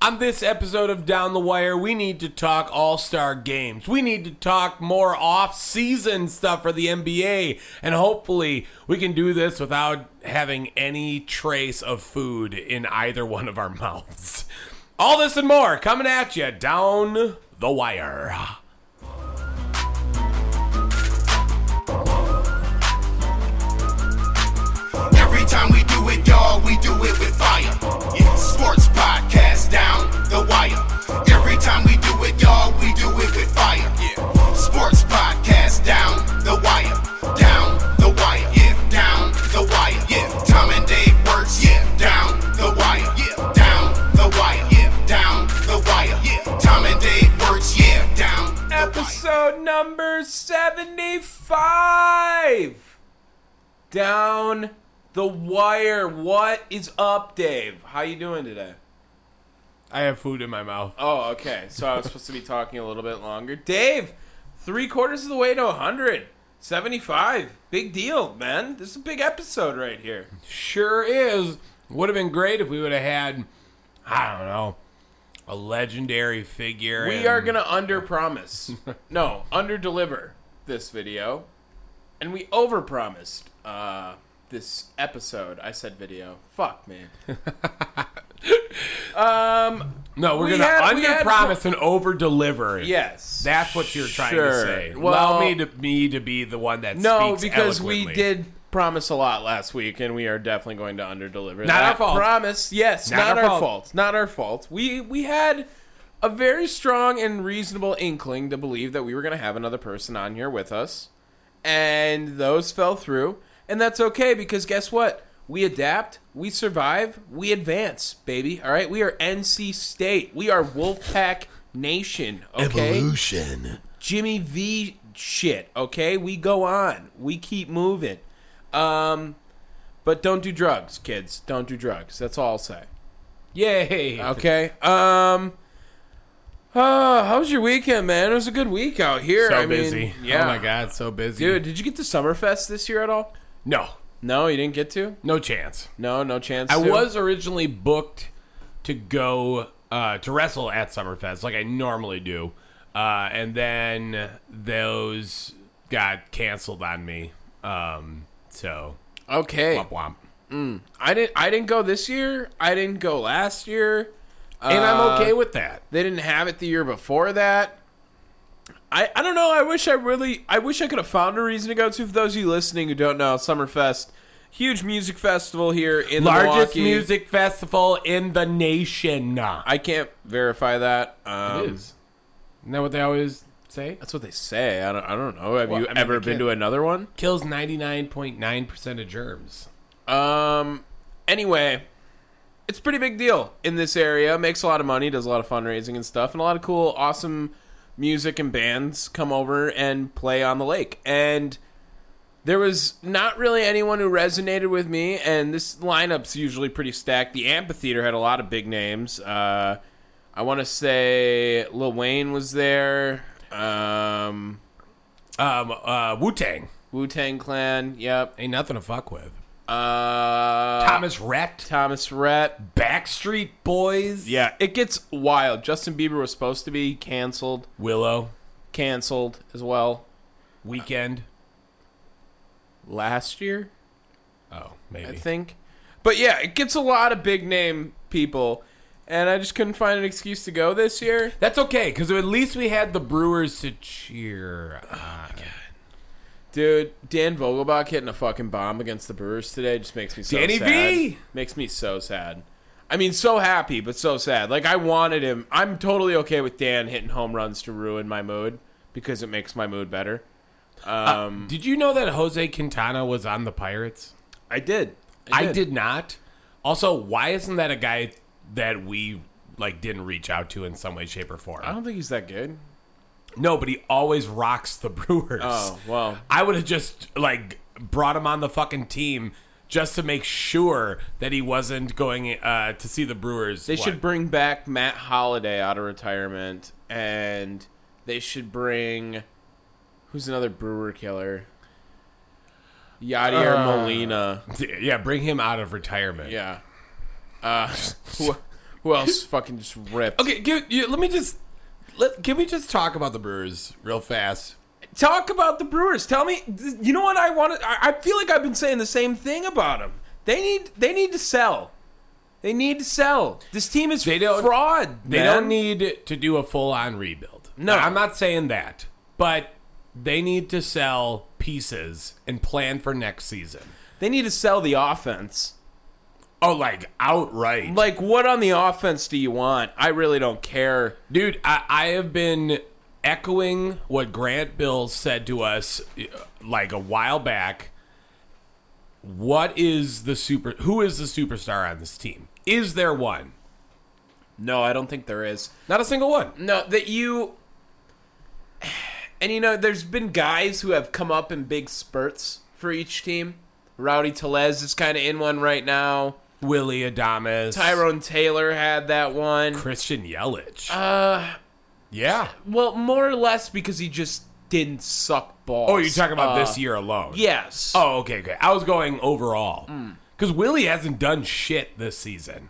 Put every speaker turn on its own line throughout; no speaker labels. On this episode of Down the Wire, we need to talk all star games. We need to talk more off season stuff for the NBA. And hopefully, we can do this without having any trace of food in either one of our mouths. All this and more coming at you down the wire.
Every time we do it, y'all, we do it with fire. Yeah, sports podcast down the wire. Every time we do it, y'all, we do it with fire. Yeah, sports podcast down the wire. Down the wire. Yeah, down the wire. Yeah, Tom and Dave works. Yeah, down the wire. Yeah, down the wire. Yeah, down the wire. Yeah, Tom and Dave works. Yeah, down the wire.
Episode number 75. Down the wire. What is up, Dave? How you doing today? I have food in my mouth.
Oh, okay. So I was supposed to be talking a little bit longer.
Dave, three quarters of the way to 100. 75. Big deal, man.
This is a big episode right here.
Sure is. Would have been great if we would have had, I don't know, a legendary figure.
We
and-
are going to under promise. No, under deliver this video. And we over promised uh, this episode. I said video. Fuck, man.
No, we're
we
going to
had- we
under
had-
promise and over deliver.
Yes.
That's what you're trying to
Sure.
say.
Well-
Allow me to me to be the one that
No,
speaks
because we
eloquently.
did promise a lot last week, and we are definitely going to underdeliver. Not
our fault.
Promise, yes,
Not
not,
our
our,
fault.
fault. Not our fault. We we had a very strong and reasonable inkling to believe that we were going to have another person on here with us, and those fell through, and that's okay because guess what? We adapt, we survive, we advance, baby. All right, we are NC State, we are Wolfpack Nation. Okay,
Evolution.
Jimmy V shit, okay? We go on. We keep moving. Um but don't do drugs, kids. Don't do drugs. That's all I'll say.
Yay.
Okay? Um uh, how was your weekend, man? It was a good week out here.
So
I mean,
busy.
Yeah.
Oh my god, so busy.
Dude, did you get to Summerfest this year at all?
No.
No, you didn't get to?
No chance.
No, no chance.
I
to?
was originally booked to go uh, to wrestle at Summerfest, like I normally do, uh, and then those got canceled on me. Um, so
Okay.
womp womp.
I didn't I didn't go this year. I didn't go last year.
And
Uh,
I'm okay with that.
They didn't have it the year before that. I, I don't know. I wish I really I wish I could have found a reason to go to. For those of you listening who don't know, Summerfest, huge music festival here in
Largest
Milwaukee.
music festival in the nation.
I can't verify that. Um,
Isn't that what they always say?
That's what they say. I don't, I don't know. Have
Well,
you
I mean,
ever
they
been
can't-
to another one?
Kills 99.9% of germs.
Um. Anyway, it's a pretty big deal in this area. Makes a lot of money, does a lot of fundraising and stuff, and a lot of cool, awesome music and bands come over and play on the lake. And there was not really anyone who resonated with me. And this lineup's usually pretty stacked. The amphitheater had a lot of big names. Uh, I want to say Lil Wayne was there. Um,
Um, uh, Wu Tang.
Wu Tang Clan. Yep.
Ain't nothing to fuck with.
Uh,
Thomas Rhett.
Thomas Rhett.
Backstreet Boys.
Yeah, it gets wild. Justin Bieber was supposed to be canceled,
Willow.
canceled as well
Weekend.
last year,
Oh, maybe.
I think. But yeah, it gets a lot of big name people, and I just couldn't find an excuse to go this year.
That's okay, because at least we had the Brewers to cheer. Um, on.
Dude, Dan Vogelbach hitting a fucking bomb against the Brewers today just makes me so
Danny
sad.
V!
Makes me so sad. I mean, so happy, but so sad. Like, I wanted him. I'm totally okay with Dan hitting home runs to ruin my mood because it makes my mood better. Um,
Did you know that Jose Quintana was on the Pirates?
I did.
I did. not. Also, why isn't that a guy that we like didn't reach out to in some way, shape, or form?
I don't think he's that good.
No, but he always rocks the Brewers.
Oh, well.
I would have just like brought him on the fucking team just to make sure that he wasn't going uh, to see the Brewers.
They
what,
should bring back Matt Holliday out of retirement, and they should bring who's another Brewer killer, Yadier Molina.
yeah, bring him out of retirement.
Yeah. Uh, wh- Who else fucking just ripped?
Okay, give, you, let me just let can we just talk about the Brewers real fast?
Talk about the Brewers. Tell me, th- you know what I want? to I I feel like I've been saying the same thing about them. They need they need to sell. They need to sell. This team is
They don't-
fraud.
They
man.
don't need to do a full on rebuild.
No.
I'm not saying that, but they need to sell pieces and plan for next season.
They need to sell the offense.
Oh, like outright,
Like, what on the offense do you want? I really don't care.
dude. I, I have been echoing what Grant Bill said to us uh, like a while back. What is the super? Who is the superstar on this team? Is there one?
No, I don't think there is.
Not a single one.
No, that you. And you know, there's been guys who have come up in big spurts for each team. Rowdy Telez is kind of in one right now.
Willie Adamas,
Tyrone Taylor had that one.
Christian Yelich. Uh, yeah.
Well, more or less because he just didn't suck balls.
Oh, you're talking about
Uh,
this year alone?
Yes.
Oh, okay, okay. I was going overall
Mm.
because Willie hasn't done shit this season.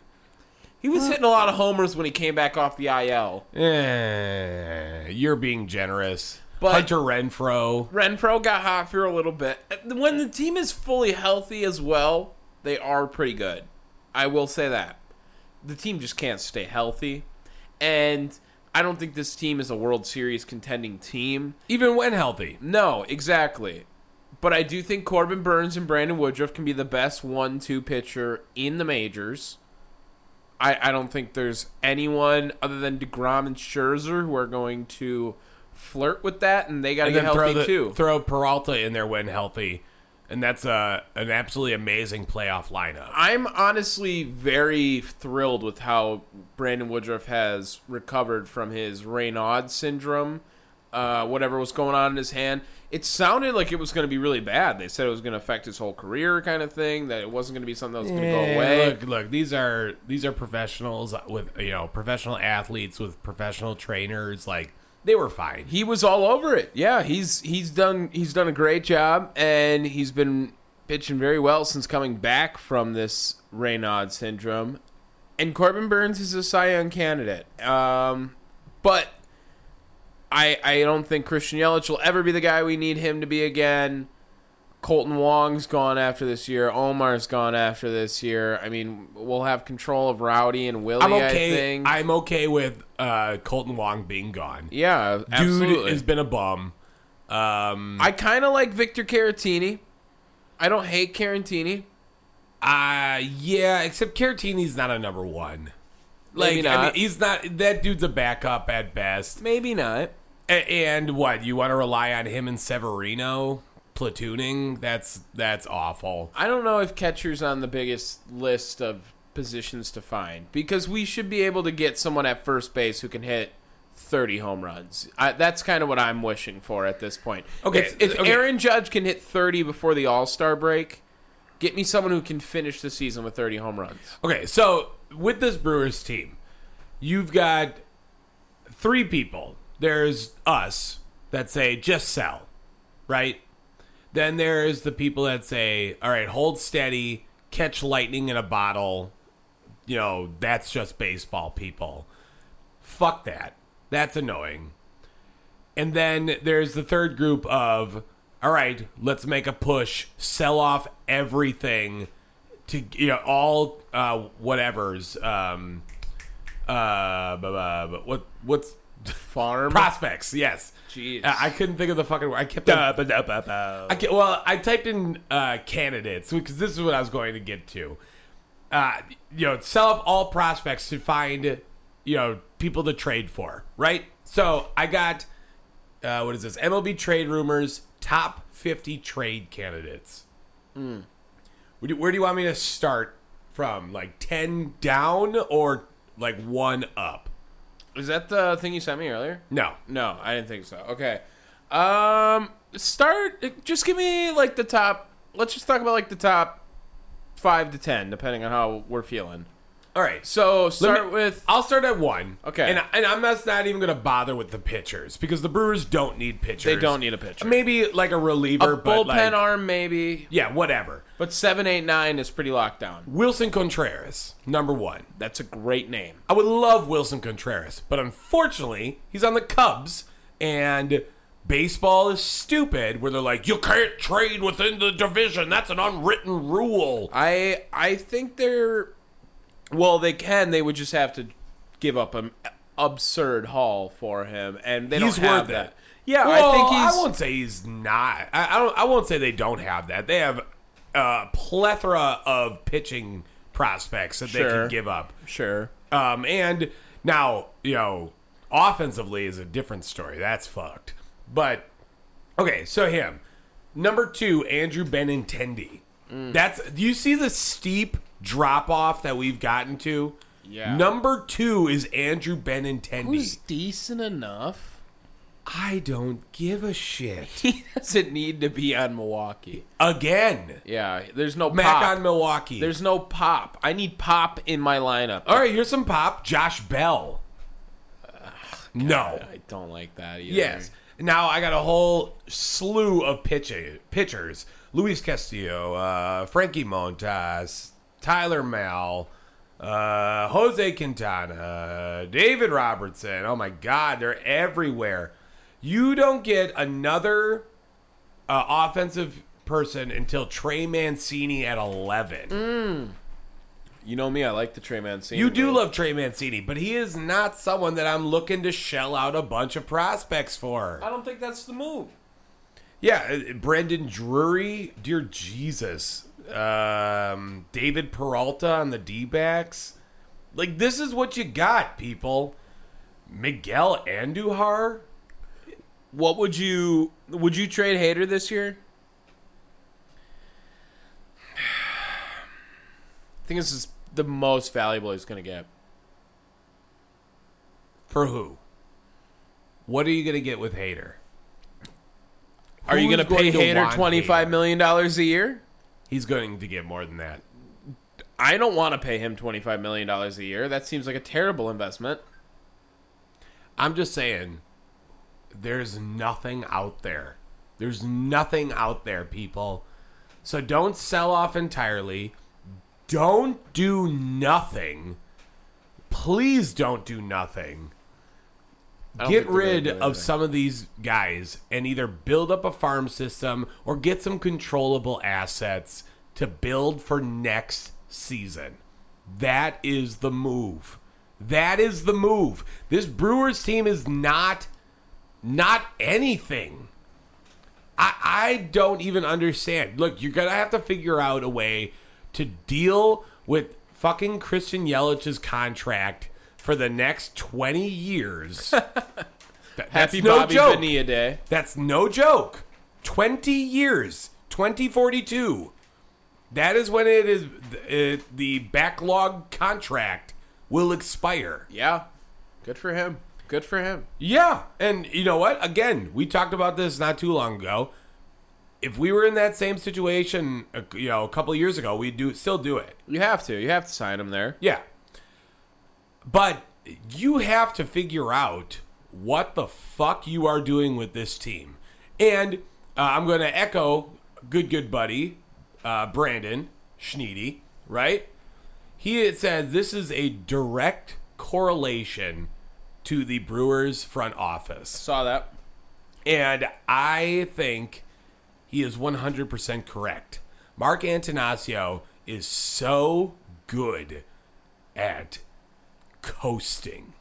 he was hitting a lot of homers when he came back off the IL.
Eh, you're being generous.
But-
Hunter Renfro.
Renfro got hot for a little bit. When the team is fully healthy as well, they are pretty good. I will say that. The team just can't stay healthy. And I don't think this team is a World Series contending team.
Even when healthy,
No, exactly. But I do think Corbin Burns and Brandon Woodruff can be the best one two pitcher in the majors. I, I don't think there's anyone other than DeGrom and Scherzer who are going to flirt with that, and they got to
and
get
then throw
healthy
the,
too.
throw Peralta in there when healthy, and that's a an absolutely amazing playoff lineup.
I'm honestly very thrilled with how Brandon Woodruff has recovered from his Raynaud syndrome, uh, whatever was going on in his hand. It sounded like it was going to be really bad. They said it was going to affect his whole career, kind of thing. That it wasn't going to be something that was going to go
Eh,
away.
Look, look, these are these are professionals with you know professional athletes with professional trainers. Like they were fine.
he was all over it. Yeah, he's he's done he's done a great job, and he's been pitching very well since coming back from this Raynaud syndrome. And Corbin Burns is a Cy Young candidate, um, but I I don't think Christian Yelich will ever be the guy we need him to be again. Colton Wong's gone after this year. Omar's gone after this year. I mean, we'll have control of Rowdy and Willie.
I'm
I
okay.
think.
I'm okay with uh, Colton Wong being gone.
yeah,
Dude
absolutely.
has been a bum. Um,
I kind of like Victor Caratini. I don't hate Caratini.
uh, yeah, except Caratini's not a number one. Like,
Maybe
I mean,
not.
he's not. That dude's a backup at best.
e- Maybe not.
A- and what you want to rely on him and Severino platooning? That's that's awful.
I don't know if catcher's on the biggest list of positions to find because we should be able to get someone at first base who can hit 30 home runs. I, that's kind of what I'm wishing for at this point.
Okay,
If, if
okay.
Aaron Judge can hit 30 before the All Star break, get me someone who can finish the season with 30 home runs.
Okay, so with this Brewers team, you've got three people. There's us that say just sell, right? Then there's the people that say, all right, hold steady, catch lightning in a bottle. You know, that's just baseball people. Fuck that. That's annoying. And then there's the third group of, all right, let's make a push, sell off everything to you know all uh, whatever's um uh bu- bu- bu- what what's
Farm.
prospects? Yes,
Jeez.
Uh, I couldn't think of the fucking word. I kept. on- I ca- well, I typed in uh, candidates because this is what I was going to get to. Uh, you know, sell up all prospects to find you know people to trade for, right? So I got uh, what is this MLB trade rumors top fifty trade candidates. Where, do, where do you want me to start from? Like ten down or like one up?
Is that the thing you sent me earlier?
No,
No, I didn't think so. Okay. Um start just give me like the top let's just talk about like the top 5 to 10 depending on how we're feeling.
All right. So
So start
me-
with
I'll start at one.
Okay.
And and I'm not, not even gonna bother with the pitchers because the Brewers don't need pitchers.
They don't need a pitcher.
Maybe like a reliever,
a
but
bullpen
like,
arm maybe,
yeah, whatever.
but seven, eight, nine is pretty locked down.
Wilson Contreras, number one.
That's a great name.
I would love Wilson Contreras, but unfortunately, he's on the Cubs, and baseball is stupid where they're like, you can't trade within the division. That's an unwritten rule.
I I think they're well, they can. They would just have to give up an absurd haul for him, and they
he's
don't have
worth
that.
it.
Yeah,
Well,
I think he's.
I won't say he's not. I, I don't. I won't say they don't have that. They have a plethora of pitching prospects that they
Sure.
can give up.
sure.
Um, and now, you know, offensively is a different story. That's fucked. But okay, so him. Number two, Andrew Benintendi.
Mm.
That's do you see the steep drop off that we've gotten to?
Yeah.
Number two is Andrew Benintendi.
Who's decent enough?
I don't give a shit.
He doesn't need to be on Milwaukee.
Again.
Yeah, there's no
Mac
pop.
on Milwaukee.
there's no pop. I need pop in my lineup.
all right, here's some pop. Josh Bell. no.
I don't like that either.
Yes. Now I got a whole slew of pitching, pitchers: Luis Castillo, uh, Frankie Montas, Tyler Mal, uh, Jose Quintana, David Robertson. Oh my God, they're everywhere. You don't get another uh, offensive person until Trey Mancini at eleven.
You know me. I like the Trey Mancini.
You do
move.
love Trey Mancini, but he is not someone that I'm looking to shell out a bunch of prospects for.
I don't think that's the move.
Yeah, uh, Brandon Drury, dear Jesus. Um, David Peralta on the D backs. Like, this is what you got, people. Miguel Andujar?
What would you would you trade Hater this year? I think this is the most valuable he's going to get.
For who? What are you going to get with Hater?
Are you
Who's
gonna pay
going to
Hater
want
twenty five million dollars a year?
He's going to get more than that.
I don't want to pay him twenty five million dollars a year. That seems like a terrible investment.
I'm just saying, there's nothing out there. There's nothing out there, people. So don't sell off entirely. Don't do nothing. Please don't do nothing.
I don't
Get
think they're gonna
rid
do
of
anything.
some of these guys and either build up a farm system or get some controllable assets to build for next season. That is the move. That is the move. This Brewers team is not not anything. I I don't even understand. Look, you're gonna have to figure out a way to deal with fucking Christian Yelich's contract for the next twenty years. That- that's
Happy
no
Bobby
joke.
Bonilla Day.
That's no joke. Twenty years, twenty forty two. That is when it is it, the backlog contract will expire.
Yeah, good for him. Good for him.
Yeah, and you know what? Again, we talked about this not too long ago. If we were in that same situation, uh, you know, a couple of years ago, we'd do still do it.
You have to. You have to sign him there.
Yeah, but you have to figure out what the fuck you are doing with this team. And uh, I'm going to echo good good buddy uh, Brandon Schneedy, right? He had said this is a direct correlation to the Brewers front office.
Saw that.
And I think he is 100% correct. Mark Antanasio is so good at coasting.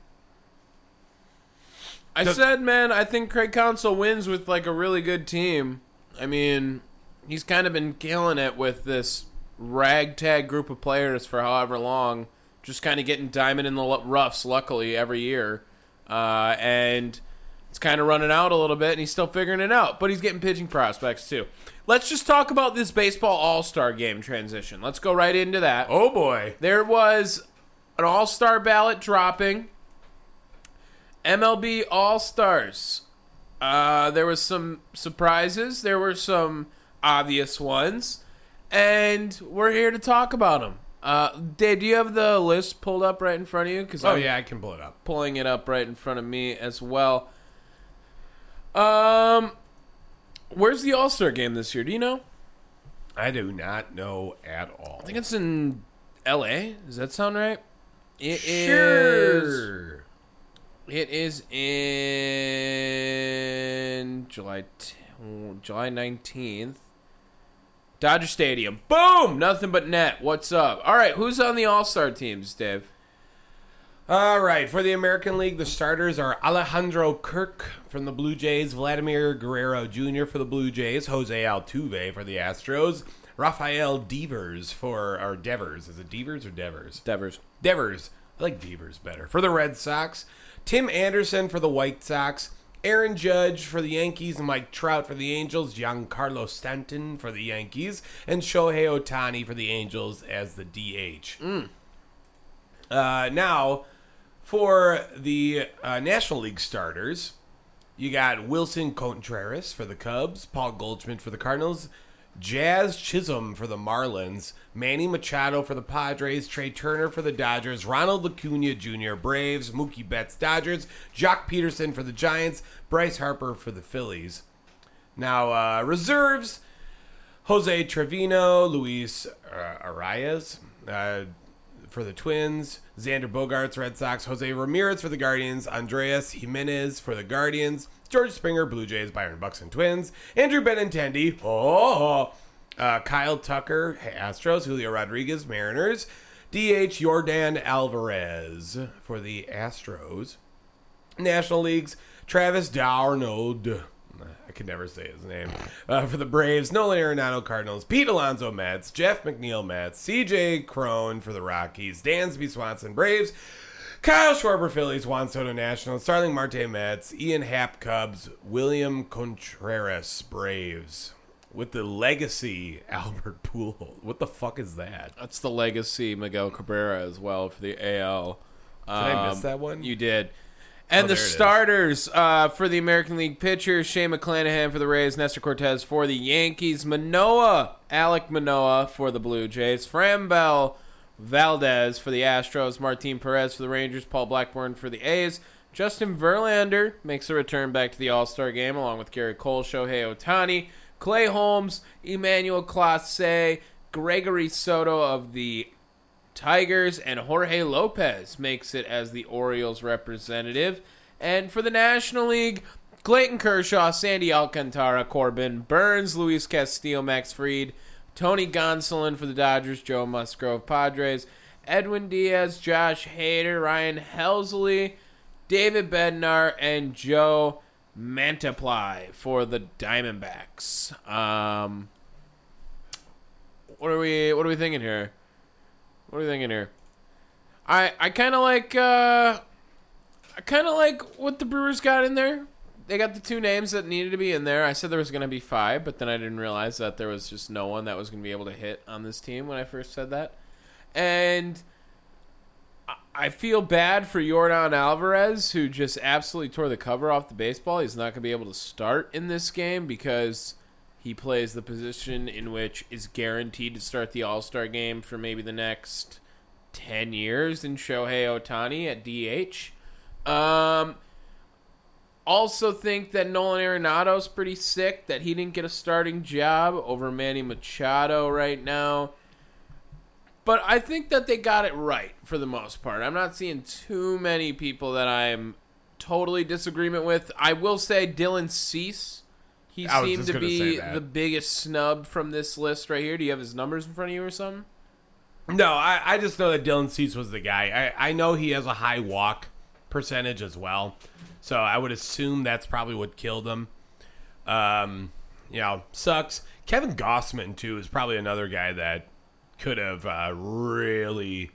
I
The-
said, man, I think Craig Council wins with like a really good team. I mean, he's kind of been killing it with this ragtag group of players for however long, just kind of getting diamond in the lu- roughs. Luckily, every year, uh, and it's kind of running out a little bit, and he's still figuring it out. But he's getting pitching prospects too. Let's just talk about this baseball All Star Game transition. Let's go right into that.
Oh boy.
There was an all star ballot dropping. MLB All Stars. Uh, there was some surprises. There were some obvious ones, and we're here to talk about them. Uh, Dave, do you have the list pulled up right in front of you? Because
Oh yeah, I can pull it up.
pulling it up right in front of me as well. Um, where's the All Star game this year? Do you know? I
I do not know at all.
think it's in L.A. Does that sound right? It is.
Sure.
It is in July t- July nineteenth. Dodger Stadium. Boom! Nothing but net. What's up? All right, who's on the All Star teams, Dave?
All right, for the American League, the starters are Alejandro Kirk from the Blue Jays, Vladimir Guerrero Jr. for the Blue Jays, Jose Altuve for the Astros, Rafael Devers for or Devers. Is it Devers or Devers?
Devers.
Devers. I like Devers better. For the Red Sox, Tim Anderson for the White Sox, Aaron Judge for the Yankees, Mike Trout for the Angels, Giancarlo Stanton for the Yankees, and Shohei Otani for the Angels as the DH. Uh, now, for the uh, National League starters, you got Wilson Contreras for the Cubs, Paul Goldschmidt for the Cardinals, Jazz Chisholm for the Marlins, Manny Machado for the Padres, Trey Turner for the Dodgers, Ronald Acuna Jr. Braves, Mookie Betts Dodgers, Jock Peterson for the Giants, Bryce Harper for the Phillies. Now, uh, reserves Jose Trevino, Luis uh, Arias uh, for the Twins, Xander Bogarts, Red Sox, Jose Ramirez for the Guardians, Andreas Jimenez for the Guardians, George Springer, Blue Jays, Byron Buxton, Twins, Andrew Benintendi, oh, uh, Kyle Tucker, Astros, Julio Rodriguez, Mariners, DH Jordan Alvarez for the Astros. National Leagues, Travis Darnold. I can never say his name. Uh, for the Braves, Nolan Arenado Cardinals, Pete Alonso Mets, Jeff McNeil Mets, CJ Crone for the Rockies, Dansby Swanson Braves, Kyle Schwarber Phillies, Juan Soto Nationals, Starling Marte Mets, Ian Happ Cubs, William Contreras Braves. With the legacy Albert Pujols. What the fuck is that?
That's the legacy Miguel Cabrera as well for the AL. Did
I miss that one?
You did. And
Oh,
the
there it is.
starters uh, for the American League pitchers: Shane McClanahan for the Rays, Nestor Cortez for the Yankees, Manoa, Alec Manoa for the Blue Jays, Frambell Valdez for the Astros, Martin Perez for the Rangers, Paul Blackburn for the A's, Justin Verlander makes a return back to the All Star game along with Gary Cole, Shohei Otani, Clay Holmes, Emmanuel Classe, Gregory Soto of the Tigers and Jorge Lopez makes it as the Orioles representative. And for the National League, Clayton Kershaw, Sandy Alcantara, Corbin Burns, Luis Castillo, Max Fried, Tony Gonsolin for the Dodgers, Joe Musgrove, Padres, Edwin Diaz, Josh Hader, Ryan Helsley, David Bednar, and Joe Mantiply for the Diamondbacks. Um, what are we? What are we thinking here? What are you thinking here? I I kind of like uh, I kind of like what the Brewers got in there. They got the two names that needed to be in there. I said there was going to be five, but then I didn't realize that there was just no one that was going to be able to hit on this team when I first said that. And I- I feel bad for Jordan Alvarez, who just absolutely tore the cover off the baseball. He's not going to be able to start in this game because he plays the position in which is guaranteed to start the All Star game for maybe the next ten years in Shohei Otani at DH. Um, also think that Nolan Arenado's pretty sick that he didn't get a starting job over Manny Machado right now. But I think that they got it right for the most part. I'm not seeing too many people that I'm totally disagreement with. I will say Dylan Cease. He
I was
seemed
just
to
gonna
be
say that.
the biggest snub from this list right here. Do you have his numbers in front of you or something?
No, I, I just know that Dylan Cease was the guy. I, I know he has a high walk percentage as well. So I would assume that's probably what killed him. Um, you know, sucks. Kevin Gossman, too, is probably another guy that could have uh, really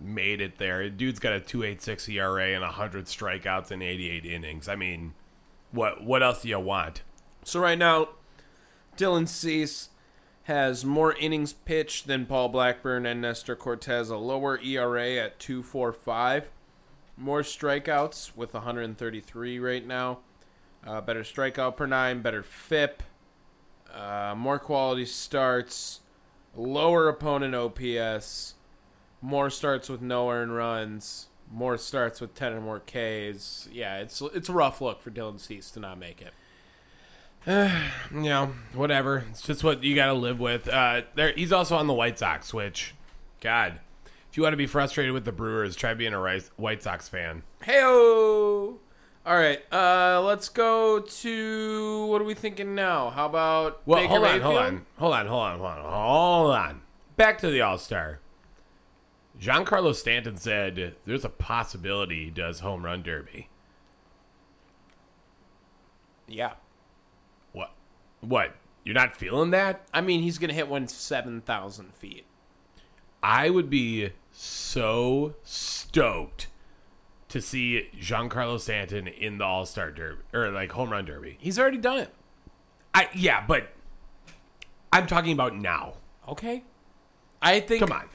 made it there. Dude's got a 286 ERA and 100 strikeouts in 88 innings. I mean, what what else do you want?
So right now, Dylan Cease has more innings pitched than Paul Blackburn and Nestor Cortez, a lower ERA at 2.45, more strikeouts with 133 right now, uh, better strikeout per nine, better FIP, uh, more quality starts, lower opponent OPS. More starts with no earned runs. More starts with ten or more Ks. Yeah, it's it's a rough look for Dylan Cease to not make it.
You know, whatever. It's just what you got to live with. Uh, there, he's also on the White Sox, which, God, if you want to be frustrated with the Brewers, try being a Rice, White Sox fan.
Heyo. All right, uh, let's go to what are we thinking now? How about
Well,
Baker
hold on,
Mayfield?
hold on, hold on, hold on, hold on, hold on. Back to the All Star. Giancarlo Stanton said there's a possibility he does home run derby.
Yeah,
What? What? You're not feeling that?
I mean he's gonna hit one seven thousand feet.
I would be so stoked to see Giancarlo Stanton in the All Star Derby or like home run derby.
He's already done it.
I yeah, but I'm talking about now.
Okay, I think.
Come on.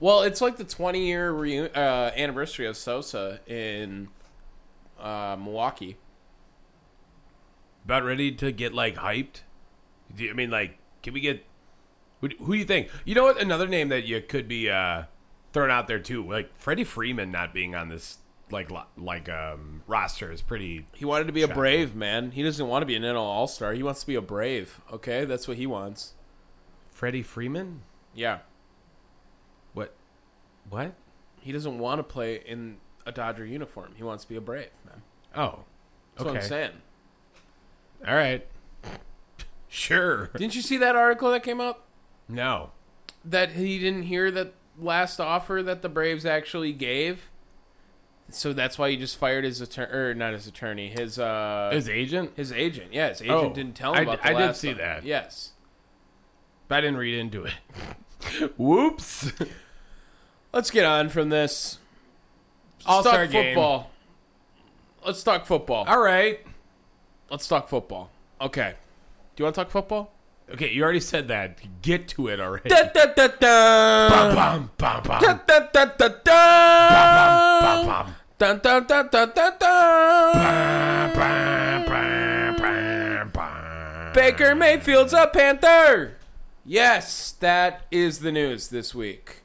Well, it's like the 20 year reu- uh, anniversary of Sosa in uh, Milwaukee.
About ready to get like hyped? Do you, I mean like can we get who, who do you think? You know what another name that you could be uh thrown out there too. Like Freddie Freeman not being on this like lo- like um roster is pretty
He wanted to be a brave man. He doesn't want to be an NL All Star. He wants to be a brave. Okay, that's what he wants.
Freddie Freeman?
Yeah,
What what?
he doesn't want to play in a Dodger uniform. He wants to be a brave man.
Oh.
That's what I'm saying.
All right. Sure.
Didn't you see that article that came out
No.
that he didn't hear that last offer that the Braves actually gave? So that's why he just fired his attorney, or not his attorney, his uh,
His agent?
His agent, yeah, his agent
Oh,
didn't tell him
I-
about the
I did
last
see
one.
that.
Yes.
I didn't read into it. Whoops.
Let's get on from this.
All
Let's
star
talk
game.
football. Let's talk football.
All right.
Let's talk football. Okay. Do you want to talk football?
Okay, you already said that. Get to it already.
Da, da, da, da.
Bum, bum, bum.
Da, da, da, da,
Bum,
da.
bum,
Dun, dun, dun, dun, dun, dun.
bum, bum, bum, bum.
Baker Mayfield's a Panther. Yes, that is the news this week.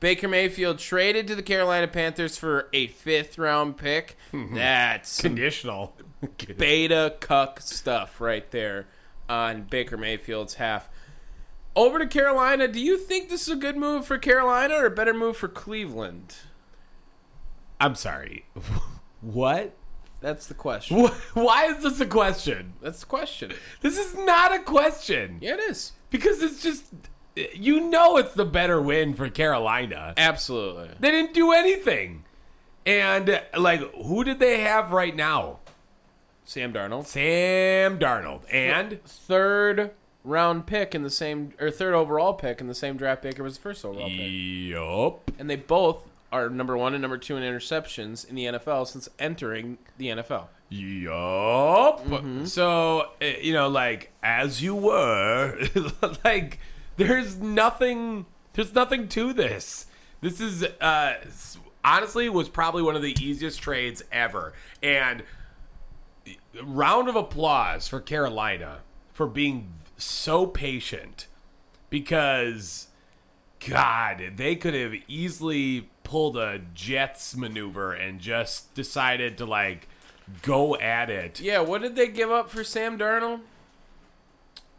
Baker Mayfield traded to the Carolina Panthers for a fifth round pick. That's some
Conditional.
beta cuck stuff right there on Baker Mayfield's half. Over to Carolina. Do you think this is a good move for Carolina or a better move for Cleveland?
I'm sorry. What?
That's the question.
Wh- Why is this a question?
That's the question.
This is not a question.
Yeah, it is.
Because it's just, you know, it's the better win for Carolina.
Absolutely.
They didn't do anything. And uh, like, who did they have right now?
Sam Darnold.
Sam Darnold and
Third round pick in the same, or third overall pick in the same draft Baker was the first overall pick.
yup.
and they both are number one and number two in interceptions in the NFL since entering the NFL.
Yup. So, uh, you know, like as you were, like there's nothing there's nothing to this. This is uh s- honestly was probably one of the easiest trades ever. And round of applause for Carolina for being so patient because God, they could have easily pulled a Jets maneuver and just decided to like go at it.
Yeah, what did they give up for Sam Darnold?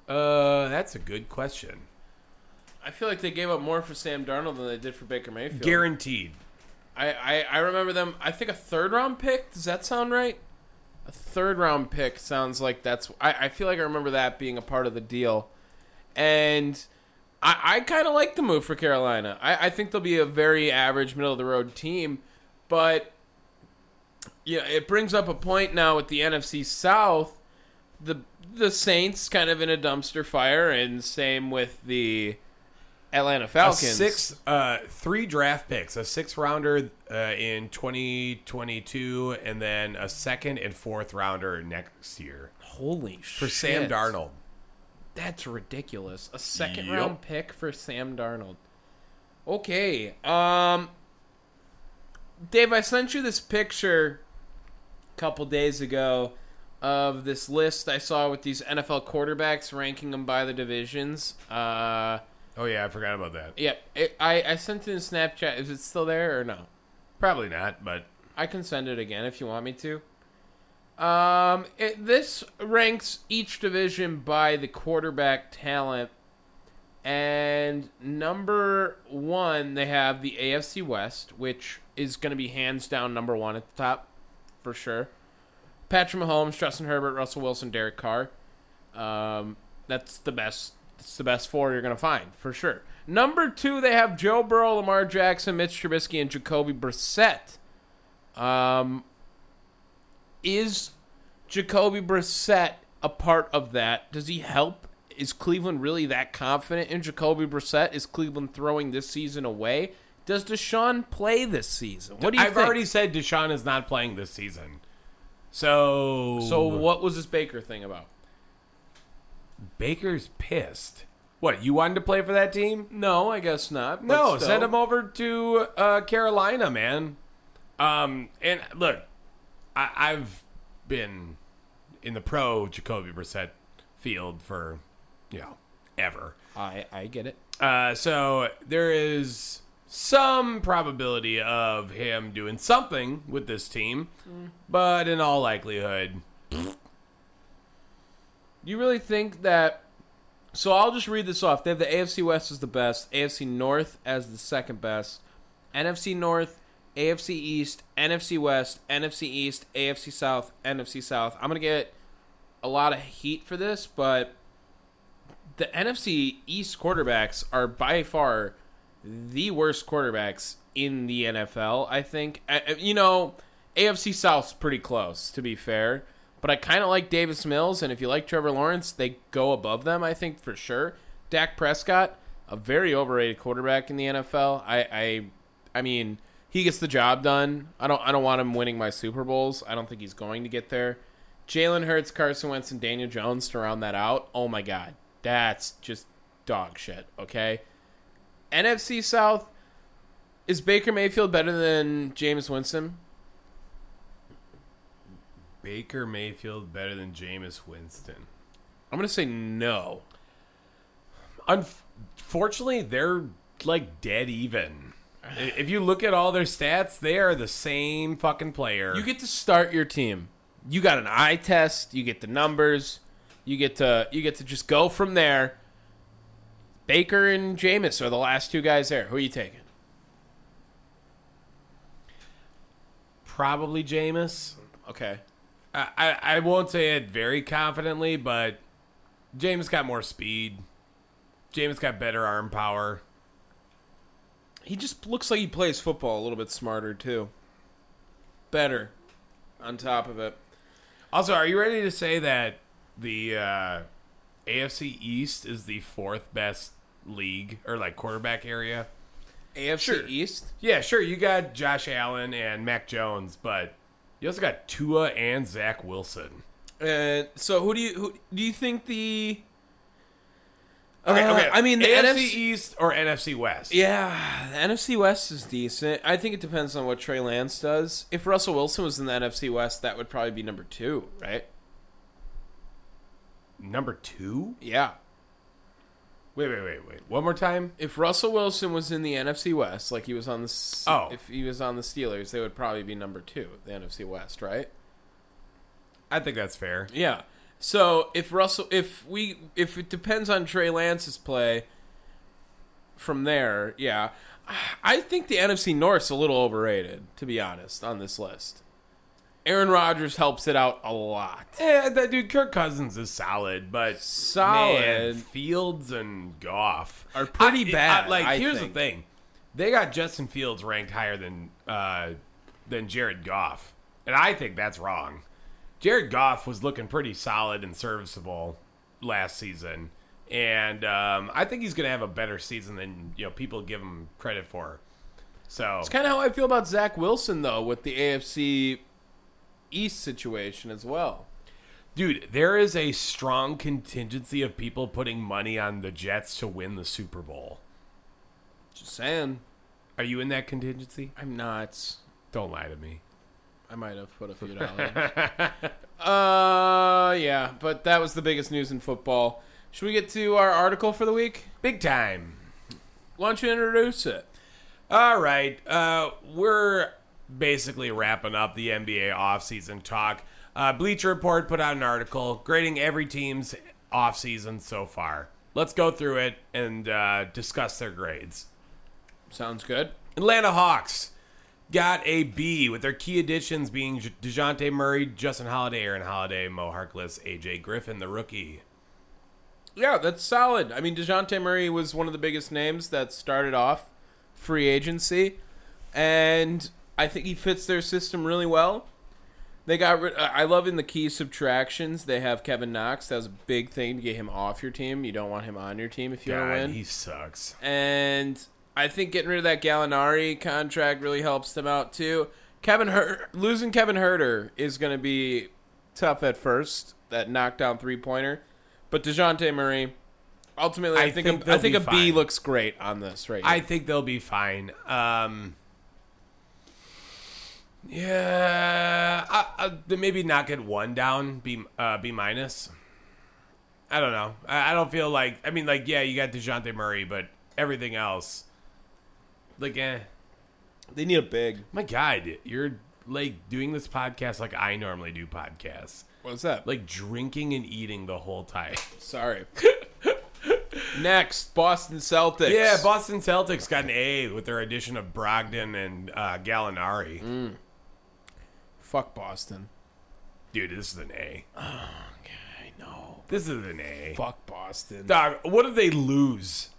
Uh, that's a good question.
I feel like they gave up more for Sam Darnold than they did for Baker Mayfield.
Guaranteed.
I, I, I remember them. I think a third round pick. Does that sound right? A third round pick sounds like that's. I, I feel like I remember that being a part of the deal. And I, I kind of like the move for Carolina. I, I think they'll be a very average, middle of the road team. But yeah, it brings up a point now with the NFC South. The, the Saints kind of in a dumpster fire, and same with the Atlanta
A
Falcons.
six, uh, three draft picks, a six rounder uh, in 2022, and then a second and fourth rounder next year
Holy
for Sam
shit.
Darnold.
That's ridiculous. A second
Yep.
round pick for Sam Darnold. Okay. Um Dave, I sent you this picture a couple days ago of this list I saw with these NFL quarterbacks ranking them by the divisions. Uh
Oh yeah, I forgot about that.
Yep. It, I, I sent it in Snapchat. Is it still there or no?
Probably not, but
I can send it again if you want me to. Um, it, this ranks each division by the quarterback talent. And number one, they have the AFC West, which is going to be hands down number one at the top for sure. Patrick Mahomes, Justin Herbert, Russell Wilson, Derek Carr. Um, that's the best. It's the best four you're going to find for sure. Number two, they have Joe Burrow, Lamar Jackson, Mitch Trubisky, and Jacoby Brissett. Um, is Jacoby Brissett a part of that? Does he help? Is Cleveland really that confident in Jacoby Brissett? Is Cleveland throwing this season away? Does Deshaun play this season? What do you
I've
think?
already said Deshaun is not playing this season. So
so what was this Baker thing about?
Baker's pissed. What you wanted to play for that team?
No, I guess not. but
No,
still.
send him over to uh, Carolina, man. Um, and look, I, I've been in the pro Jacoby Brissett field for you know ever.
I I get it.
Uh, so there is some probability of him doing something with this team, but in all likelihood,
You really think that? So I'll just read this off. They have the AFC West as the best, AFC North as the second best, NFC North, AFC East, NFC West, NFC East, AFC South, NFC South. I'm gonna get a lot of heat for this, but the NFC East quarterbacks are by far the worst quarterbacks in the NFL. I think I- I- you know AFC South's pretty close to be fair, but I kind of like Davis Mills, and if you like Trevor Lawrence, they go above them. I think for sure. Dak Prescott, a very overrated quarterback in the NFL. I I, I mean he gets the job done. I don't I don't want him winning my Super Bowls. I don't think he's going to get there. Jalen Hurts, Carson Wentz, and Daniel Jones to round that out. Oh my God, that's just dog shit. Okay, NFC South is Baker Mayfield better than James Winston?
Baker Mayfield better than Jameis Winston.
I'm gonna say no.
Unfortunately, they're like dead even. I- If you look at all their stats, they are the same fucking player.
You get to start your team. You got an eye test. You get the numbers. You get to you get to just go from there. Baker and Jameis are the last two guys there. Who are you taking?
probably Jameis.
Okay.
I, I I won't say it very confidently, but Jameis got more speed. Jameis got better arm power.
He just looks like he plays football a little bit smarter too. Better. On top of it.
Also, are you ready to say that the uh, AFC East is the fourth best league or like quarterback area?
AFC
Sure.
East.
Yeah, sure. You got Josh Allen and Mac Jones, but you also got Tua and Zach Wilson.
And Uh, so, who do you who do you think the?
Okay,
Uh,
okay.
I mean, the
AFC
NFC
East or NFC West?
Yeah, the NFC West is decent. I think it depends on what Trey Lance does. If Russell Wilson was in the NFC West, that would probably be number two, right?
Number two?
Yeah.
Wait, wait, wait, wait. One more time.
If Russell Wilson was in the NFC West, like he was on the S-
Oh.
if he was on the Steelers, they would probably be number two, the NFC West, right?
I think that's fair.
Yeah. So if Russell, if we, if it depends on Trey Lance's play from there, yeah, I think the NFC North's a little overrated, to be honest, on this list. Aaron Rodgers helps it out a lot.
Yeah, that dude Kirk Cousins is solid, but
Solid.
man, Fields and Goff
Are pretty
I- I-
bad,
like
I
here's
think.
the thing, they got Justin Fields ranked higher than uh, than Jared Goff, and I think that's wrong. Jared Goff was looking pretty solid and serviceable last season, and um, I think he's going to have a better season than you know people give him credit for. So
Kind of how I feel about Zach Wilson though, with the AFC East situation as well.
Dude, there is a strong contingency of people putting money on the Jets to win the Super Bowl.
Just saying,
Are you in that contingency?
I'm not.
Don't lie to me.
I might have put a few dollars. uh, yeah, but that was the biggest news in football. Should we get to our article for the week?
Big time.
Why don't you introduce it?
All right. Uh, we're basically wrapping up the NBA offseason talk. Uh, Bleacher Report put out an article grading every team's offseason so far. Let's go through it and uh, discuss their grades.
Sounds good.
Atlanta Hawks got a B with their key additions being J- DeJounte Murray, Justin Holiday, Aaron Holiday, Mo Harkless, AJ Griffin, the rookie.
Yeah, that's solid. I mean, DeJounte Murray was one of the biggest names that started off free agency, and I think he fits their system really well. They got rid. I I love in the key subtractions they have Kevin Knox. That was a big thing to get him off your team. You don't want him on your team if you want to
God,
win.
he sucks.
and I think getting rid of that Gallinari contract really helps them out too. Kevin Her- losing Kevin Herter is going to be tough at first. That knockdown three pointer, but Dejounte Murray, ultimately, I,
I
think,
think
a, I
they'll
think
be
a B
fine.
looks great on this right
I
now.
think they'll be fine. Um, yeah, I, I, maybe not get one down, B uh, B minus. I don't know. I, I don't feel like. I mean, like, yeah, you got Dejounte Murray, but everything else, like, eh.
they need a big.
My God, you're like doing this podcast like I normally do podcasts,
What's that? Like
like drinking and eating the whole time.
sorry. Next, Boston Celtics.
Yeah, Boston Celtics got an A with their addition of Brogdon and uh, Gallinari.
fuck Boston.
Dude, this is an A.
I know.
This is an A.
Fuck Boston.
Dog, what did they lose?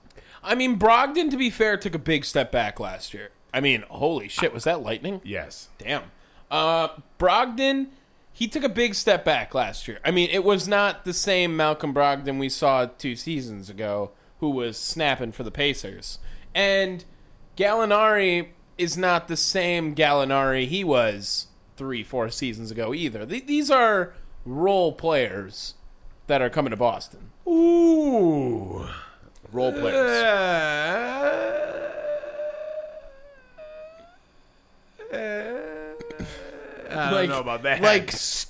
I mean, Brogdon, to be fair, took a big step back last year. I mean, holy shit, was that lightning?
Yes.
Damn. Uh, Brogdon, he took a big step back last year. I mean, it was not the same Malcolm Brogdon we saw two seasons ago, who was snapping for the Pacers. And Gallinari is not the same Gallinari he was three, four seasons ago either. Th- these are role players that are coming to Boston.
Ooh. Eh.
Role players.
I don't know about that.
Like, s-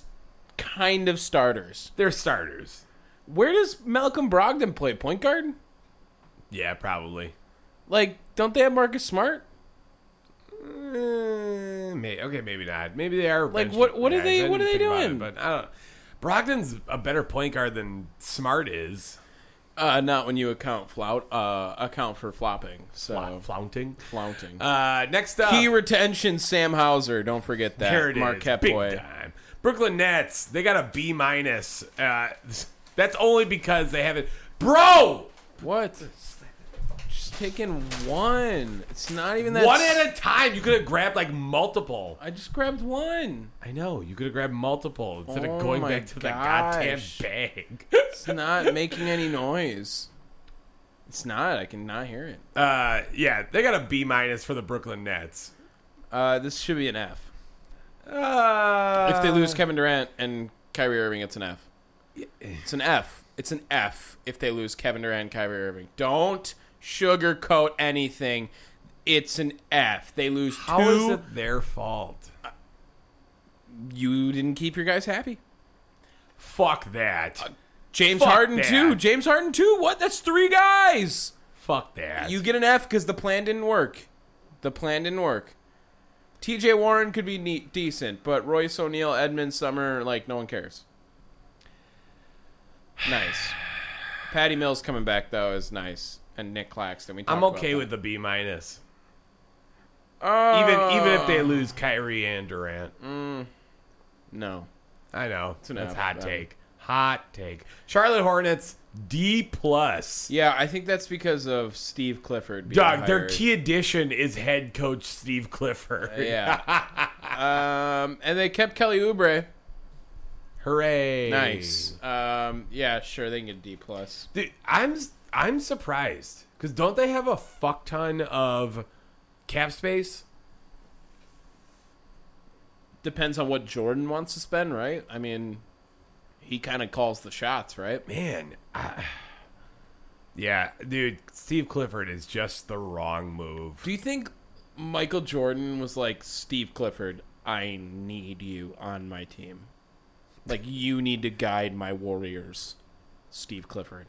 kind of starters.
they're starters.
Where does Malcolm Brogdon play? Point guard?
Yeah, probably.
Like, don't they have Marcus Smart?
Uh, Eh, may, okay, maybe not. Maybe they are. bench
what- what are
guys.
they-
I
what
didn't
are they
think about it,
doing?
but I don't. Brogdon's a better point guard than Smart is.
Uh, not when you account flout, uh, account for flopping. So
Flaunting.
flaunting.
Uh, next up,
Key retention, Sam Hauser. Don't forget that.
There it is.
Marquette
Big
boy.
time. Brooklyn Nets, they got a B minus. Uh, that's only because they haven't. Bro,
What? Just taking one. It's not even that.
one
s-
at a time. You could have grabbed like multiple.
I just grabbed one.
I know you could have grabbed multiple instead
Oh
of going
my
back to that goddamn
gosh.
bag.
It's not making any noise. It's not. I can not hear it.
uh, yeah, they got a B minus for the Brooklyn Nets.
Uh, this should be an F.
Uh,
If they lose Kevin Durant and Kyrie Irving, it's an F. It's an F. It's an F if they lose Kevin Durant and Kyrie Irving. Don't sugarcoat anything. It's an F. They lose
how is
two.
it their fault?
You didn't keep your guys happy.
Fuck that.
James
Fuck
Harden
that.
too. James Harden too. What? Uh, That's three guys.
Fuck that.
You get an F because the plan didn't work. The plan didn't work. T.J. Warren could be neat, decent, but Royce O'Neal, Edmund Summer, like no one cares. Nice. Patty Mills coming back though is nice, and Nick Claxton. We.
I'm okay with the B minus. Even even
Oh.
if
Uh.
they lose Kyrie and Durant.
no.
I know.
an
That's
F,
hot
um,
take. Hot take. Charlotte Hornets D plus.
Yeah, I think that's because of Steve Clifford. Being
Dog, their
hired.
key addition is head coach Steve Clifford.
Yeah. um, and they kept Kelly Oubre.
Hooray.
Nice. Um, yeah, sure they can get D plus.
Dude, I'm I'm surprised cuz don't they have a fuck ton of cap space?
depends on what Jordan wants to spend, right? I mean, he kind of calls the shots, right?
Man, I- yeah, dude, Steve Clifford is just the wrong move.
Do you think Michael Jordan was like Steve Clifford? I need you on my team. Like you need to guide my Warriors, Steve Clifford.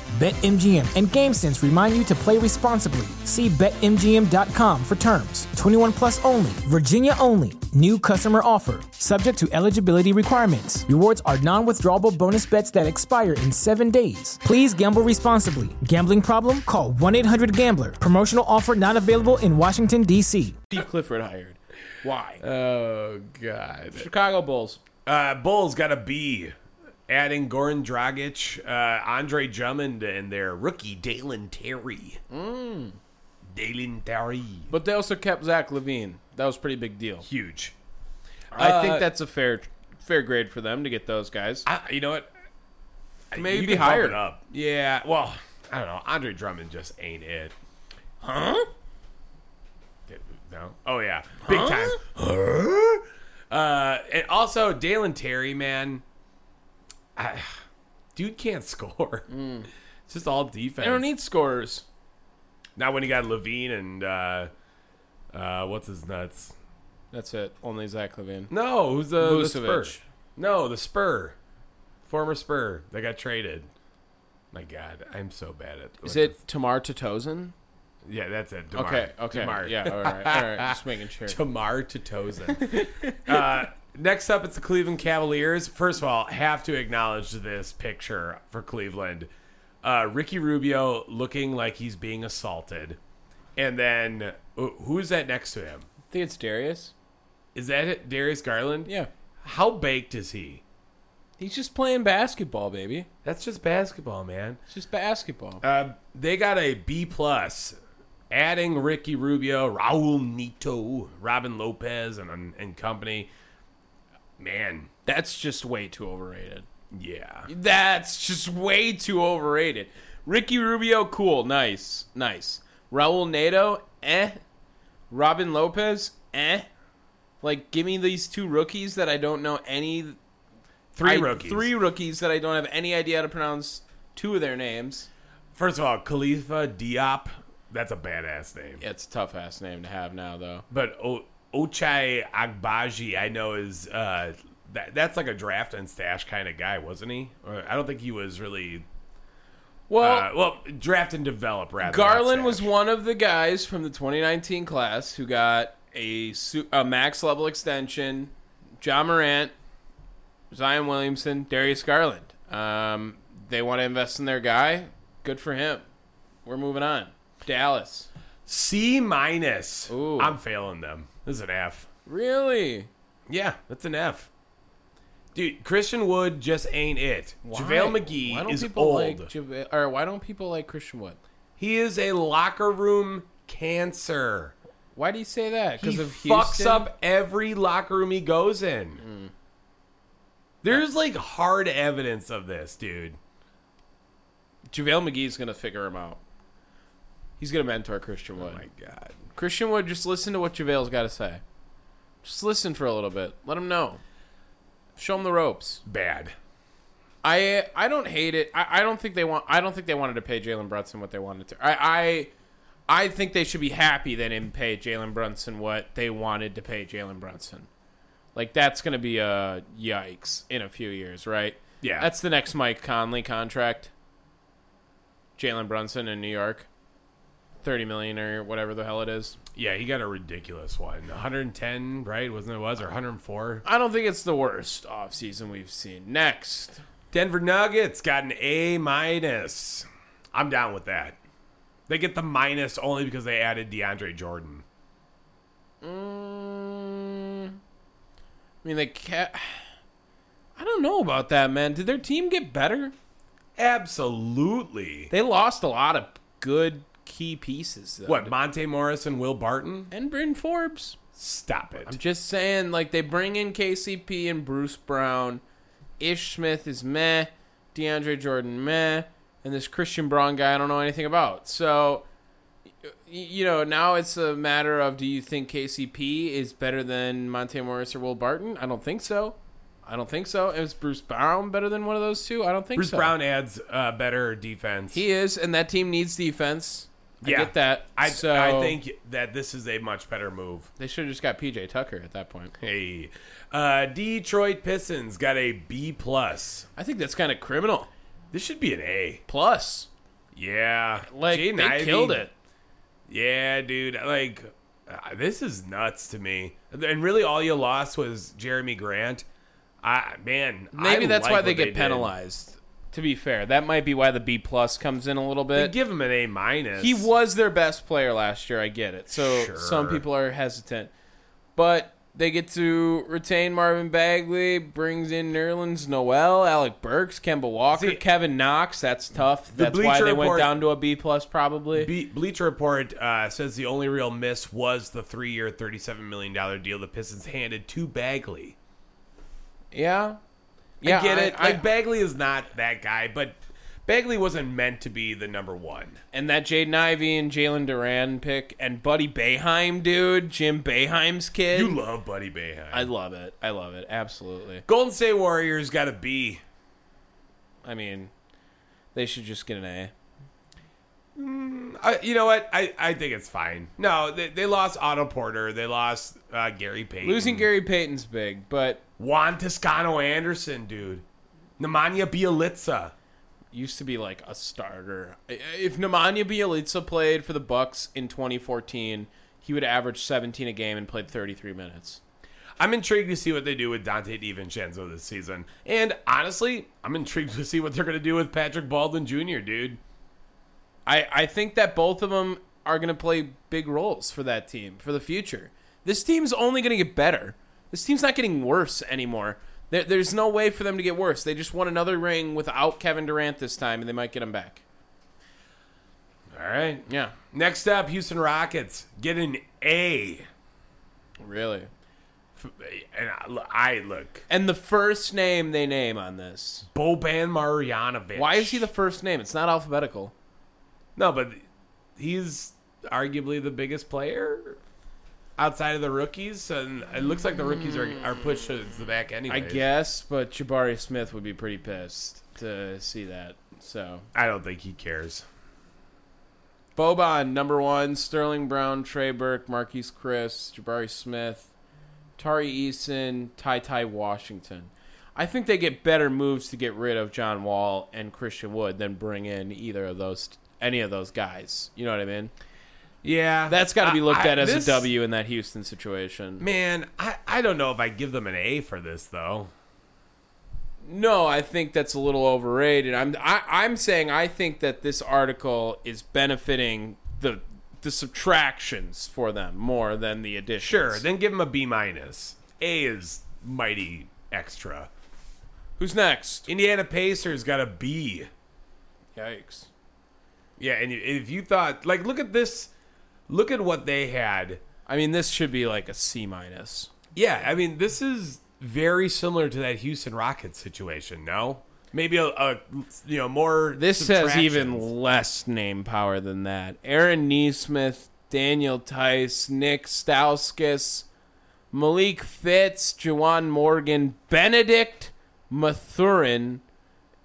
BetMGM and GameSense remind you to play responsibly. See BetMGM.com for terms. 21 plus only, Virginia only. New customer offer, subject to eligibility requirements. Rewards are non withdrawable bonus bets that expire in seven days. Please gamble responsibly. Gambling problem? Call 1 800 Gambler. Promotional offer not available in Washington, D.C.
Steve Clifford hired? Why?
Oh God.
Chicago Bulls.
Uh, Bulls got a B. Adding Goran Dragic, uh, Andre Drummond, and their rookie Dalen Terry. Mm. Dalen Terry.
But they also kept Zach Levine. That was a pretty big deal.
Huge.
I
Uh,
think that's a fair fair grade for them to get those guys.
I, you know what?
Maybe
You
be
can bump
higher.
it up. Yeah. Well, I don't know. Andre Drummond just ain't it. Huh? No. Oh yeah. Big time. Huh? Uh, and also Dalen Terry, man. I, dude can't score. It's just all defense.
They don't need scorers.
Not when you got Levine and uh, uh, what's his nuts?
That's it. Only Zach Levine.
No, who's the, the Spur?
Vucevic.
No, the Spur. Former Spur that got traded. My God, I'm so bad at.
Is it Tamar Totosin?
Yeah, that's it. Demar.
Okay, okay.
Demar.
Yeah, all right, all right. Just making sure.
Tamar Totosin. uh, next up, it's the Cleveland Cavaliers. First of all, have to acknowledge this picture for Cleveland. Uh, Ricky Rubio looking like he's being assaulted, and then wh- who's that next to him?
I think it's Darius.
Is that it? Darius Garland?
Yeah.
How baked is he?
He's just playing basketball, baby.
That's just basketball, man.
It's just basketball.
Uh, they got a B plus, adding Ricky Rubio, Raul Nito, Robin Lopez, and and company. Man,
That's just way too overrated.
yeah,
That's just way too overrated. Ricky Rubio, cool, nice, nice. Raul Nato, eh. Robin Lopez, eh. Like, give me these two rookies that I don't know any.
three
I-
rookies.
Three rookies that I don't have any idea how to pronounce two of their names.
First of all, Khalifa Diop. That's a badass name.
Yeah, it's a tough ass name to have now, though.
But o- Ochai Agbaji, I know is uh, that that's like a draft and stash kind of guy, wasn't he? Or I don't think he was really.
Well,
Uh, well, draft and develop rather. not
Garland
stash.
was one of the guys from the 2019 class who got a, su- a max level extension. John Morant, Zion Williamson, Darius Garland. Um, they want to invest in their guy. Good for him. We're moving on. Dallas.
C minus.
Ooh.
I'm failing them. This is an F.
Really?
Yeah, that's an F. Dude, Christian Wood just ain't it. JaVale
Why
McGee
don't
is
people
old.
Like JaVale, or why don't people like Christian Wood?
he is a locker room cancer.
Why do you say that?
He
Because of Houston?
fucks up every locker room he goes in. There's like hard evidence of this, dude.
JaVale McGee's going to figure him out. He's going to mentor Christian Wood.
God.
Christian Wood, just listen to what JaVale's got to say. Just listen for a little bit. Let him know. Show him the ropes.
Bad.
I I don't hate it. I, I don't think they want. I don't think they wanted to pay Jalen Brunson what they wanted to. I I, I think they should be happy they didn't pay Jalen Brunson what they wanted to pay Jalen Brunson. Like that's gonna be a yikes in a few years, right?
Yeah.
that's the next Mike Conley contract. Jalen Brunson in New York, thirty million or whatever the hell it is.
Yeah, he got a ridiculous one. 110, right? Wasn't it was or 104?
I don't think it's the worst offseason we've seen. Next.
Denver Nuggets got an A minus. I'm down with that. They get the minus only because they added DeAndre Jordan.
Mm, I mean, they ca I don't know about that, man. Did their team get better?
Absolutely.
They lost a lot of good key pieces. Though.
What Monte Morris and Will Barton?
And Bryn Forbes.
Stop it.
I'm just saying, like they bring in KCP and Bruce Brown, Ish Smith is meh, DeAndre Jordan meh, and this Christian Braun guy I don't know anything about. So, y- you know, now it's a matter of do you think KCP is better than Monte Morris or Will Barton? I don't think so. I don't think so. Is Bruce Brown better than one of those two? I don't think
Bruce
so.
Brown adds uh, better defense.
He is, and that team needs defense.
Yeah.
I get that.
I,
so
I think that this is a much better move.
they should have just got PJ Tucker at that point.
Hey, uh, Detroit Pistons got a B plus.
I think that's kind of criminal.
This should be an A.
Plus,
Yeah,
like
Jaden
they
Ivey-
killed it.
Yeah, dude. Like, uh, this is nuts to me. And really, all you lost was Jeremy Grant. I man,
Maybe
I
that's
like
why
what
they get
did.
penalized. To be fair, that might be why the B plus comes in a little
They
bit.
give him an A minus.
he was their best player last year. I get it. So
Sure.
some people are hesitant, but they get to retain Marvin Bagley, brings in Nerlens Noel, Alec Burks, Kemba Walker,
See-
Kevin Knox. That's tough. That's why
Bleacher
they went
Report-
down to a B plus probably.
Be- Bleacher Report uh, says the only real miss was the three-year, thirty-seven million dollar deal the Pistons handed to Bagley.
yeah, yeah.
I get it.
I-
like Bagley is not that guy, but Bagley wasn't meant to be the number one.
And that Jaden Ivey and Jalen Duran pick and Buddy Bayheim, dude, Jim Bayheim's kid.
You love Buddy Boeheim.
I love it. I love it. Absolutely.
Golden State Warriors got a B.
I mean, they should just get an A.
I, you know what? I, I think it's fine. No, they, they lost Otto Porter. They lost uh, Gary Payton.
Losing Gary Payton's big, but
Juan Toscano Anderson, dude. Nemanja Bialica.
used to be like a starter. I- If Nemanja Bjelica played for the Bucks in 2014, he would average 17 a game and played 33 minutes.
I'm intrigued to see what they do with Dante DiVincenzo this season. And honestly, I'm intrigued to see what they're going to do with Patrick Baldwin Jr., dude.
I, I think that both of them are going to play big roles for that team for the future. This team's only going to get better. This team's not getting worse anymore. There, there's no way for them to get worse. They just won another ring without Kevin Durant this time, and they might get him back.
All right.
Yeah,
Next up, Houston Rockets get an A.
really.
And I, I look,
And the first name they name on this.
Boban Marjanovic.
Why is he the first name? It's not alphabetical.
No, but he's arguably the biggest player outside of the rookies, and it looks like the rookies are, are pushed to the back anyway.
I guess, but Jabari Smith would be pretty pissed to see that. So
I don't think he cares.
Boban, number one. Sterling Brown, Trey Burke, Marquise Chris, Jabari Smith, Tari Eason, Ty Ty Washington. I think they get better moves to get rid of John Wall and Christian Wood than bring in either of those, any of those guys. You know what I mean?
Yeah,
That's got to be looked
I-
at as
this-
a W in that Houston situation.
Man, I, I don't know if I give them an A for this though.
No, I think that's a little overrated. I'm I, I'm saying I think that this article is benefiting the the subtractions for them more than the additions.
Sure, then give him a B minus. A is mighty extra.
Who's next?
Indiana Pacers got a B.
Yikes.
Yeah, and you- if you thought like, look at this, look at what they had.
I mean, this should be like a C minus.
Yeah, I mean, this is very similar to that Houston Rockets situation. No, maybe a, a you know more.
This has
subtractions.
even less name power than that. Aaron Neesmith, Daniel Tice, Nick Stauskas, Malik Fitz, Juwan Morgan, Benedict Mathurin,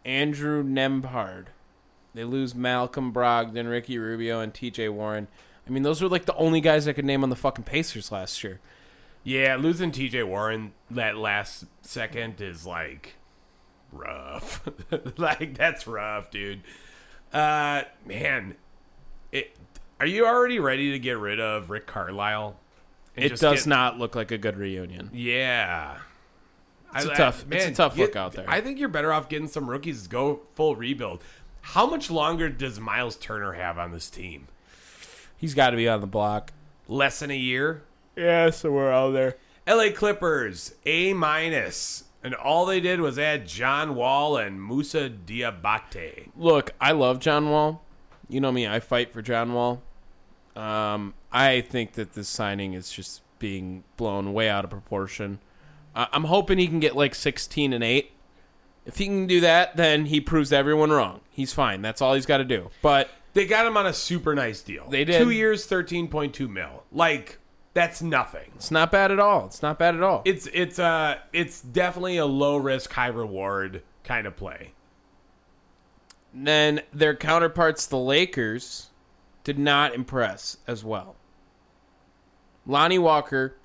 Andrew Nembhard. They lose Malcolm Brogdon, Ricky Rubio, and TJ Warren. I mean, those were like the only guys I could name on the fucking Pacers last year.
yeah, losing T.J. Warren that last second is like rough. like that's rough, dude. Uh, man, it. Are you already ready to get rid of Rick Carlisle? And
It
just
does
get-
not look like a good reunion.
Yeah.
It's
a
a tough- it's a tough look out there.
I think you're better off getting some rookies to go full rebuild. How much longer does Miles Turner have on this team?
He's got to be on the block.
Less than a year.
Yeah, so we're out there.
LA Clippers A minus, and all they did was add John Wall and Musa Diabate.
Look, I love John Wall. you know me, I fight for John Wall. Um, I think that this signing is just being blown way out of proportion. I- I'm hoping he can get like 16 and 8. If he can do that, then he proves everyone wrong. He's fine. That's all he's got to do. But
They got him on a super nice deal.
They did.
Two years, thirteen point two mil. Like that's nothing.
it's not bad at all. It's not bad at all.
It's it's uh it's definitely a low risk, high reward kind of play.
And then their counterparts, the Lakers, did not impress as well. Lonnie Walker,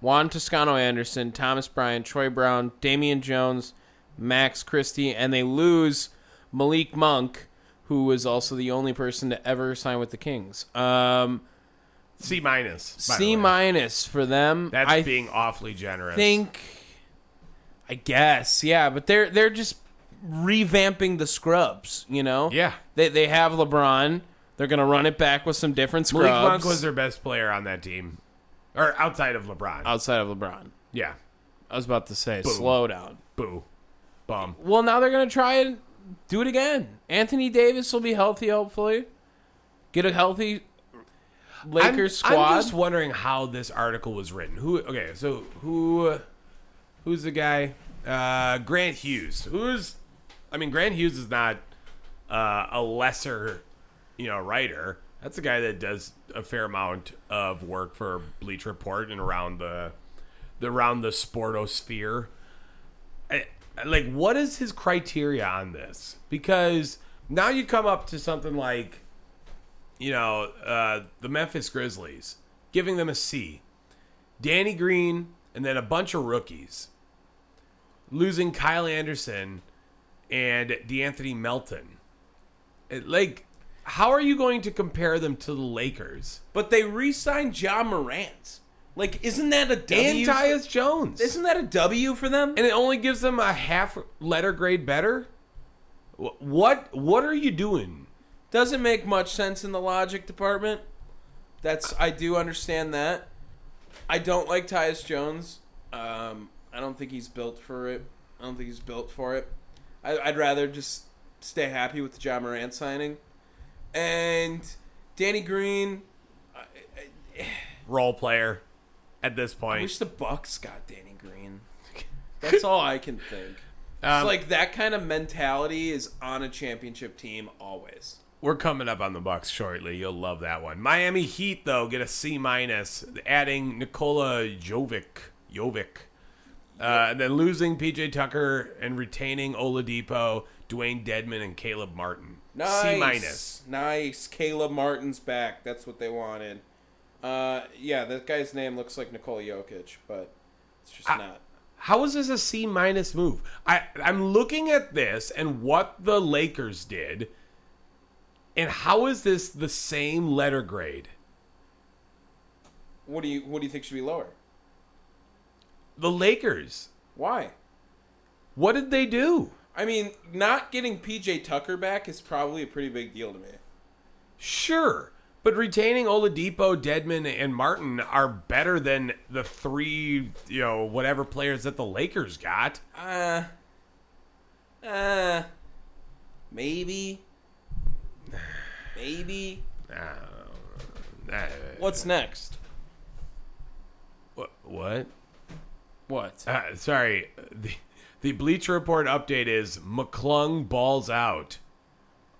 Juan Toscano Anderson, Thomas Bryan, Troy Brown, Damian Jones, Max Christie, and they lose Malik Monk, who was also the only person to ever sign with the Kings. Um,
C minus. by the way.
C minus for them.
That's
I
being awfully generous.
think I guess, yeah, but they're they're just revamping the scrubs, you know?
Yeah.
They they have LeBron. They're gonna run it back with some different scrubs.
Malik Monk was their best player on that team, or outside of LeBron.
outside of LeBron.
yeah.
I was about to say, slow down.
Boo. Bum.
Well now they're gonna try and do it again. Anthony Davis will be healthy, hopefully. Get a healthy Lakers
I'm,
squad.
I'm just wondering how this article was written. Who? Okay, so who? Who's the guy? Uh, Grant Hughes. Who's? I mean, Grant Hughes is not uh, a lesser, you know, writer. That's a guy that does a fair amount of work for Bleach Report and around the, the around the sportosphere. I- like what is his criteria on this because now you come up to something like you know uh, the memphis grizzlies giving them a c danny green and then a bunch of rookies losing kyle anderson and d'anthony melton It- like how are you going to compare them to the lakers
But they re-signed John Morant. Like, isn't that a W?
and tyus jones
isn't that a W for them?
and it only gives them a half letter grade better Wh- what what are you doing
Doesn't make much sense in the logic department. That's I do understand that. I don't like Tyus Jones. Um, I don't think he's built for it. I don't think he's built for it. I, I'd rather just stay happy with the John Morant signing. And Danny Green.
role player at this
I
point.
wish the Bucks got Danny Green. That's all I can think.
Um,
it's like that kind of mentality is on a championship team always.
We're coming up on the Bucks shortly. You'll love that one. Miami Heat though get a C minus, adding Nikola Jovic, Jovic, uh, and then losing PJ Tucker and retaining Oladipo, Dwayne Dedman, and Caleb Martin.
Nice.
C minus.
Nice. Caleb Martin's back. That's what they wanted. Uh, yeah, that guy's name looks like Nikola Jokic, but it's
Ah.
just not.
How is this a C minus move? I I'm looking at this and what the Lakers did, and how is this the same letter grade?
What do you What do you think should be lower?
The Lakers.
Why?
What did they do?
I mean, not getting PJ Tucker back is probably a pretty big deal to me.
Sure, but retaining Oladipo, Deadman, and Martin are better than the three, you know, whatever players that the Lakers got.
Uh, uh, maybe, maybe.
Uh,
What's next?
wh- what?
what?
Uh, sorry, the the Bleacher Report update is McClung balls out.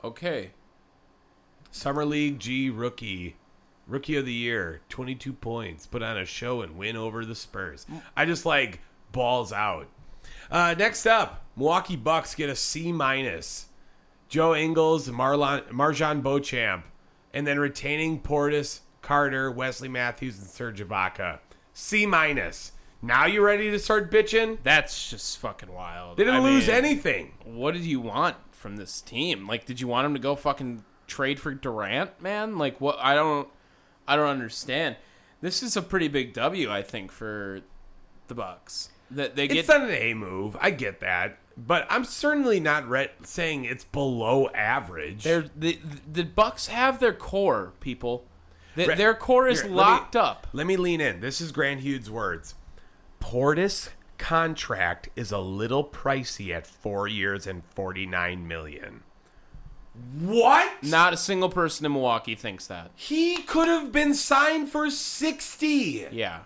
Okay.
Summer League G rookie. Rookie of the year, 22 points, put on a show and win over the Spurs. I just like balls out. Uh, next up, Milwaukee Bucks get a C minus. Joe Ingles, Marlon, Marjan Beauchamp, and then retaining Portis, Carter, Wesley Matthews, and Serge Ibaka. C minus. Now you ready to start bitching?
That's just fucking wild.
They didn't
I
lose
mean-
anything.
what did you want from this team? Like, did you want him to go fucking trade for Durant, man? Like, what? I don't, I don't understand. This is a pretty big W, I think, for the Bucks. That they get
It's not an A move. I get that. But I'm certainly not re- saying it's below average.
their the the Bucks have their core people. Th-
Right.
Their core is
Here, let me-
locked up.
Let me lean in. This is Grant Hughes' words. Portis contract is a little pricey at four years and forty nine million. What?
Not a single person in Milwaukee thinks that.
He could have been signed for 60.
Yeah.
and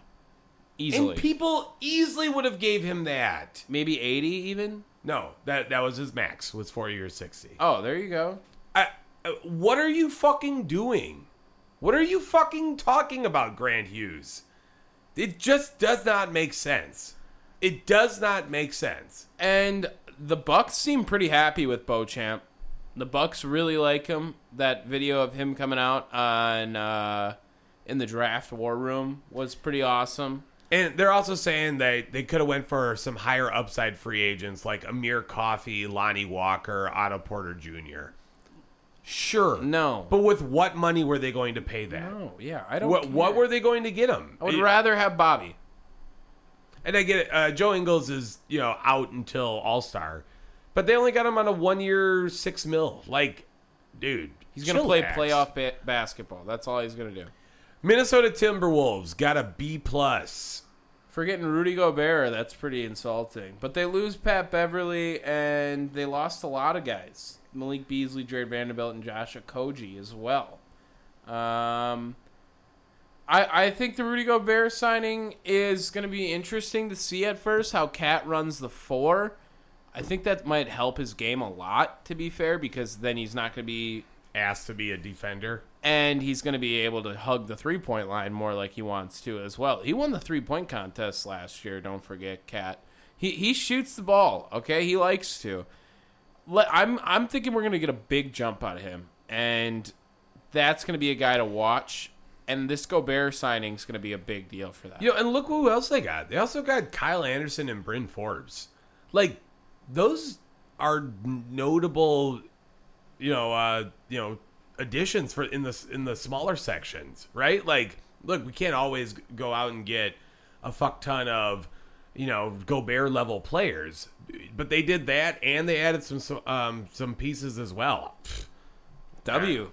Easily.
people easily would have gave him that.
Maybe 80 even?
No, that that was his max. Was 4 years 60.
Oh, there you go.
I, uh, what are you fucking doing? What are you fucking talking about, Grant Hughes? It just does not make sense. It does not make sense.
And the Bucks seem pretty happy with Beauchamp. The Bucks really like him. That video of him coming out on uh, in the draft war room was pretty awesome.
And they're also saying that they could have went for some higher upside free agents like Amir Coffey, Lonnie Walker, Otto Porter Jr. Sure.
No.
But with what money were they going to pay that?
Oh yeah, I don't.
What, what
care.
were they going to get him?
I would rather have Bobby.
And I get it. Uh, Joe Ingles is you know out until All Star, but they only got him on a one year six mil. Like, dude,
He's gonna play
chillax.
playoff ba- basketball. That's all he's gonna do.
Minnesota Timberwolves got a B plus.
For getting Rudy Gobert, that's pretty insulting. But they lose Pat Beverly, and they lost a lot of guys: Malik Beasley, Jared Vanderbilt, and Josh Okoji as well. Um, I I think the Rudy Gobert signing is going to be interesting to see at first how Cat runs the four. I think that might help his game a lot. To be fair, because then he's not going to be
Asked to be a defender.
and he's going to be able to hug the three point line more like he wants to as well. He won the three point contest last year. Don't forget, Cat. He he shoots the ball. Okay, he likes to. Let, I'm I'm thinking we're going to get a big jump out of him, and that's going to be a guy to watch. And this Gobert signing is going to be a big deal for that.
You know, and look who else they got. They also got Kyle Anderson and Bryn Forbes. Like, those are notable, you know, uh, you know, additions for in the in the smaller sections, right? Like, look, we can't always go out and get a fuck ton of, you know, Gobert level players, but they did that and they added some some, um, some pieces as well.
W.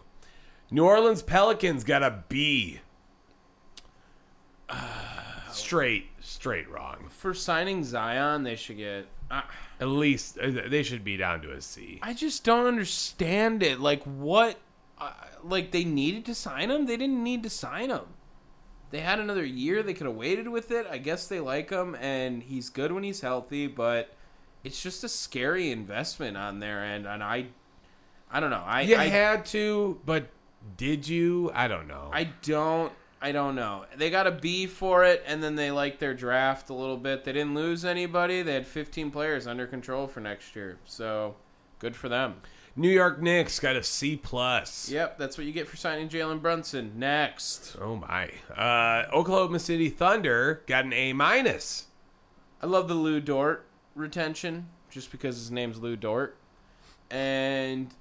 New Orleans Pelicans got a B. uh, straight, straight wrong.
For signing Zion, they should get. I,
At least uh, they should be down to a C.
I just don't understand it. Like what? Uh, like they needed to sign him. They didn't need to sign him. They had another year. They could have waited with it. I guess they like him, and he's good when he's healthy. But it's just a scary investment on their end, and I, I don't know. I
You
I,
had to, but did you? I don't know.
I don't. I don't know. They got a B for it, and then they liked their draft a little bit. They didn't lose anybody. They had 15 players under control for next year, so good for them.
New York Knicks got a C plus.
Yep, that's what you get for signing Jalen Brunson. Next.
Oh my. Uh, Oklahoma City Thunder got an A minus.
I love the Lou Dort retention, just because his name's Lou Dort. And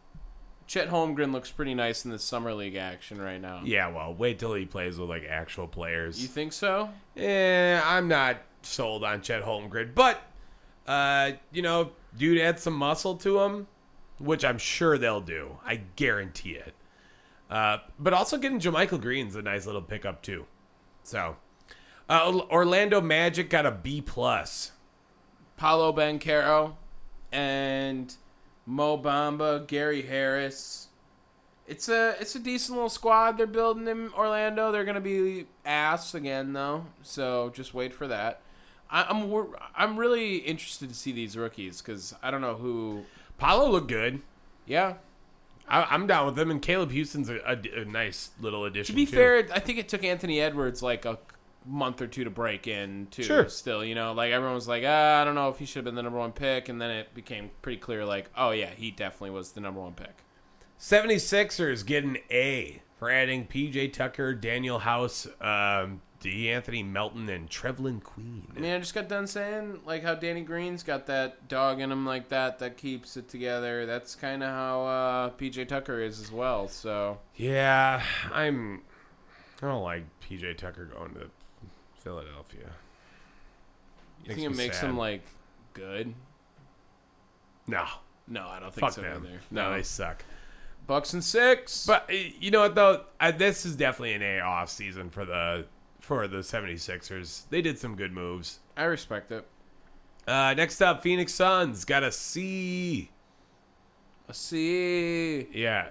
Chet Holmgren looks pretty nice in the summer league action right now.
Yeah, well, wait till he plays with like actual players.
You think so?
Eh, I'm not sold on Chet Holmgren, but uh, you know, dude add some muscle to him, which I'm sure they'll do. I guarantee it. Uh, but also getting Jermichael Green's a nice little pickup too. So, uh, Orlando Magic got a B plus.
Paolo Banquero and Mo Bamba, Gary Harris. It's a it's a decent little squad they're building in Orlando. They're gonna be ass again though, so just wait for that. I, I'm wor- I'm really interested to see these rookies because I don't know who.
Paolo looked good.
Yeah.
I, I'm down with him, and Caleb Houston's a, a- a nice little addition.
To be
too.
fair, I think it took Anthony Edwards like a month or two to break in too.
Sure.
Still, you know, like everyone was like, ah, I don't know if he should have been the number one pick, and then it became pretty clear, like, oh yeah, he definitely was the number one pick.
76ers get an A for adding PJ Tucker, Daniel House, um, D'Anthony Melton, and Trevlin
I
Queen.
mean, I just got done saying like how Danny Green's got that dog in him like that that keeps it together. That's kind of how uh, PJ Tucker is as well. So
Yeah, I'm. I don't like PJ Tucker going to Philadelphia.
you think it
me
makes
sad.
him like good?
No,
No, I don't think
fuck
so
them.
either.
No,
No,
they suck.
Bucks and six.
But uh, you know what though, I, this is definitely an A off season for the for the 76ers. They did some good moves.
I respect it.
Uh, next up, Phoenix Suns got a C.
See,
Yeah,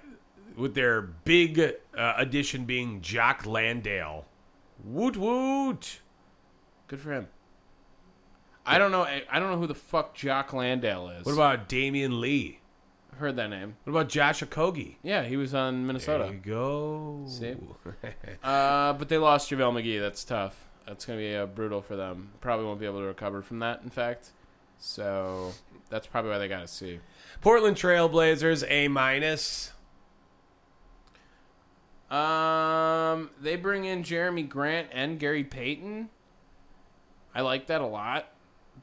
with their big uh, addition being Jock Landale. Woot woot.
good for him. I don't know. I I don't know who the fuck Jock Landale is.
What about Damian Lee?
I've heard that name?
What about Josh Okogie?
Yeah, he was on
There
Minnesota.
you go.
See? Uh, but they lost JaVale McGee. That's tough. That's going to be uh, brutal for them. Probably won't be able to recover from that, in fact. So that's probably why they got to see.
Portland Trailblazers, A minus.
Um, they bring in Jeremy Grant and Gary Payton. I like that a lot.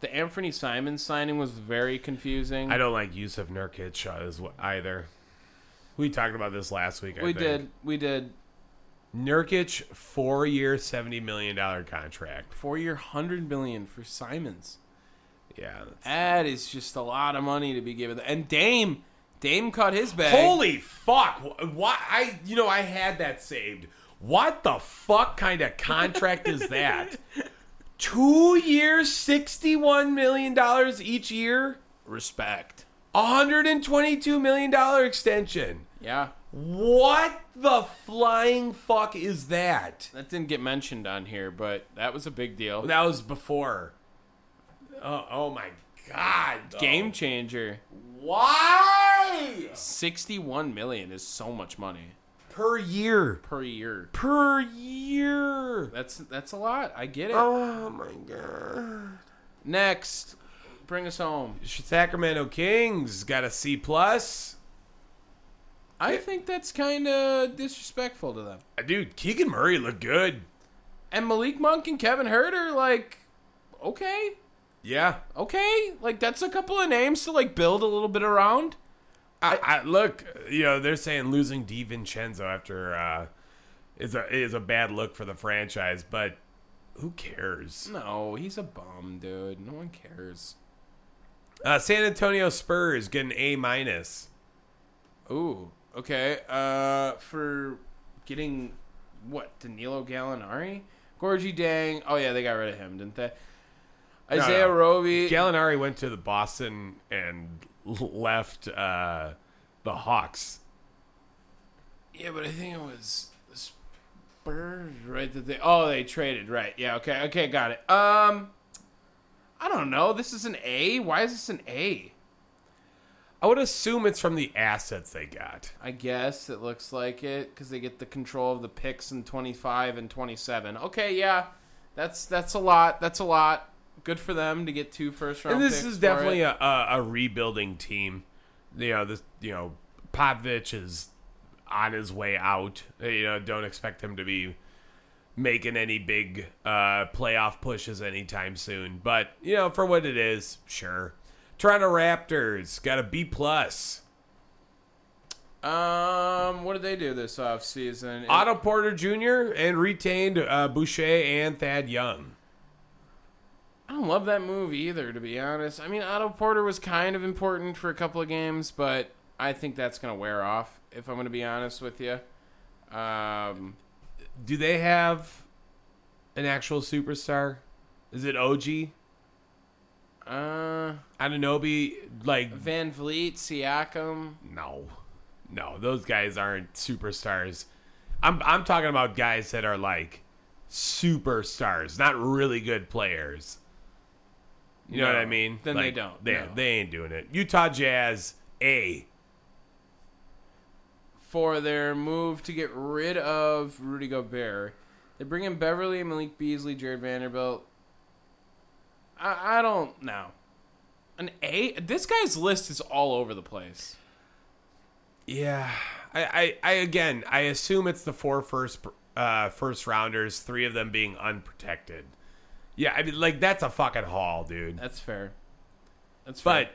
The Anthony Simon signing was very confusing.
I don't like Yusuf Nurkic uh, as w- either. We talked about this last week. I
we
think.
did. We did.
Nurkic four year, seventy million dollar contract.
Four year, hundred million for Simons.
Yeah. that's-
That is just a lot of money to be given. And Dame, Dame caught his bag.
Holy fuck! Wh- Why I you know I had that saved. What the fuck kind of contract is that? Two years, sixty one million dollars each year.
respect.
hundred and twenty two million dollar extension.
Yeah,
What the flying fuck is that?
that didn't get mentioned on here, but that was a big deal.
That was before. Oh, oh my god! though.
Game changer.
Why?
Sixty-one million is so much money
Per year.
per year.
Per year.
That's that's a lot. I get it.
Oh my god.
Next, bring us home.
Sacramento Kings got a C plus.
I think that's kind of disrespectful to them.
Uh, Dude, Keegan Murray looked good.
And Malik Monk and Kevin Hurt are like, okay,
Yeah.
okay, like that's a couple of names to like build a little bit around.
I, I look, you know, they're saying losing DiVincenzo after uh, is a is a bad look for the franchise, but who cares?
No, he's a bum, dude. No one cares.
Uh, San Antonio Spurs get an A minus.
Ooh, okay. Uh, for getting what Danilo Gallinari, Gorgie Dang. Oh yeah, they got rid of him, didn't they? Isaiah
no.
Roby.
Gallinari went to the Boston and l- left uh, the Hawks.
yeah, but I think it was the Spurs, right? That they oh they traded, right? Yeah, okay, okay, got it. Um, I don't know. This is an A. Why is this an A?
I would assume it's from the assets they got.
I guess it looks like it because they get the control of the picks in 25 and 27. Okay, yeah, that's that's a lot. That's a lot. Good for them to get two first round.
And this
picks
is
for
definitely
it.
a, a, a rebuilding team. You know, this you know, Popovich is on his way out. You know, don't expect him to be making any big uh, playoff pushes anytime soon. But you know, for what it is, sure. Toronto Raptors got a B plus.
um. What did they do this off season?
Otto Porter Jr. and retained uh, Boucher and Thad Young.
I don't love that move either, to be honest. I mean, Otto Porter was kind of important for a couple of games, but I think that's gonna wear off. If I'm gonna be honest with you, um,
Do they have an actual superstar? Is it OG?
uh,
Ananobi, like
Van Vliet, Siakam.
No, no, those guys aren't superstars. I'm I'm talking about guys that are like superstars, not really good players. You know
No,
what I mean?
then they
Like,
don't,
They
no.
they ain't doing it. Utah Jazz A.
for their move to get rid of Rudy Gobert. They bring in Beverly, Malik Beasley, Jared Vanderbilt. I, I don't know. An A? This guy's list is all over the place.
Yeah, I, I I again I assume it's the four first uh first rounders, three of them being unprotected. Yeah, I mean like that's a fucking haul, dude.
That's fair. That's fair.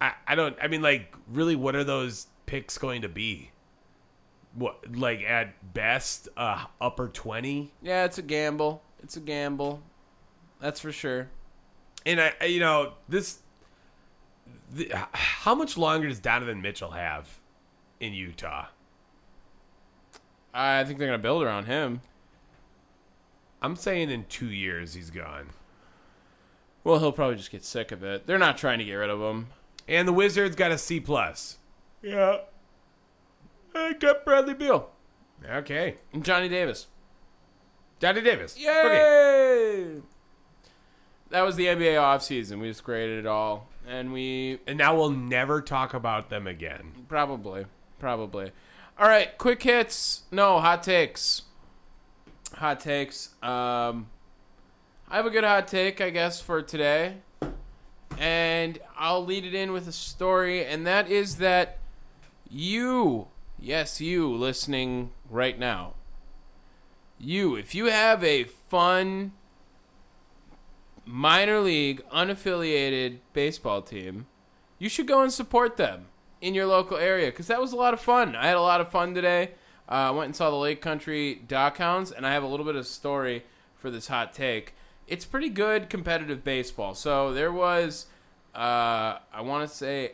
But I, I don't. I mean, like, really, what are those picks going to be? What, like, at best, uh, upper twenty?
yeah, it's a gamble. It's a gamble. That's for sure.
And I, I- you know, this. The, how much longer does Donovan Mitchell have in Utah?
I think they're gonna build around him.
I'm saying in two years he's gone.
Well, he'll probably just get sick of it. They're not trying to get rid of him.
And the Wizards got a C plus. Yeah.
I got Bradley Beal
Okay.
and Johnny Davis.
Johnny Davis.
Yay! That was the NBA offseason. We just graded it all. And we
And now we'll never talk about them again.
probably, probably. All right, quick hits. No, hot takes. Hot takes. Um, I have a good hot take, I guess, for today. And I'll lead it in with a story, and that is that you, yes, you listening right now, you, if you have a fun minor league unaffiliated baseball team, you should go and support them in your local area because that was a lot of fun. I had a lot of fun today. Uh, I went and saw the Lake Country Dock Hounds, and I have a little bit of story for this hot take. It's pretty good competitive baseball. So there was, uh, I want to say,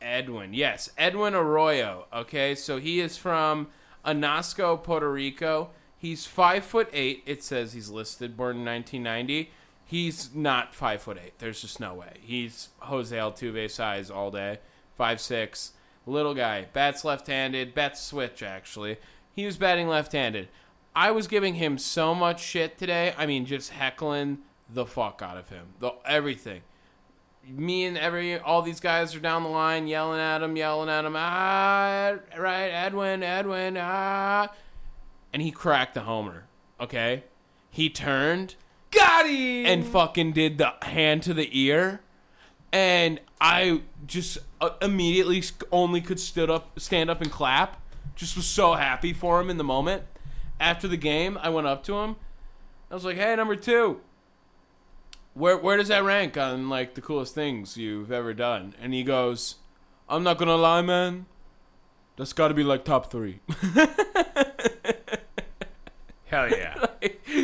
Edwin. Yes, Edwin Arroyo. Okay, so he is from Anasco, Puerto Rico. He's five foot eight. It says he's listed, born in 1990. He's not five foot eight. There's just no way. He's Jose Altuve size all day. Five six, little guy. Bats left-handed. Bats switch actually. He was batting left-handed. I was giving him so much shit today. I mean, just heckling the fuck out of him. The everything me and every all these guys are down the line yelling at him, yelling at him. Ah, right, Edwin, Edwin, ah, and he cracked the homer. Okay, he turned,
Got him.
and fucking did the hand to the ear, and I just uh, immediately sc- only could stood up, stand up and clap. Just was so happy for him in the moment. After the game, I went up to him. I was like, "Hey, number two, where where does that rank on like the coolest things you've ever done?" And he goes, "I'm not gonna lie, man. That's got to be like top three.
Hell yeah.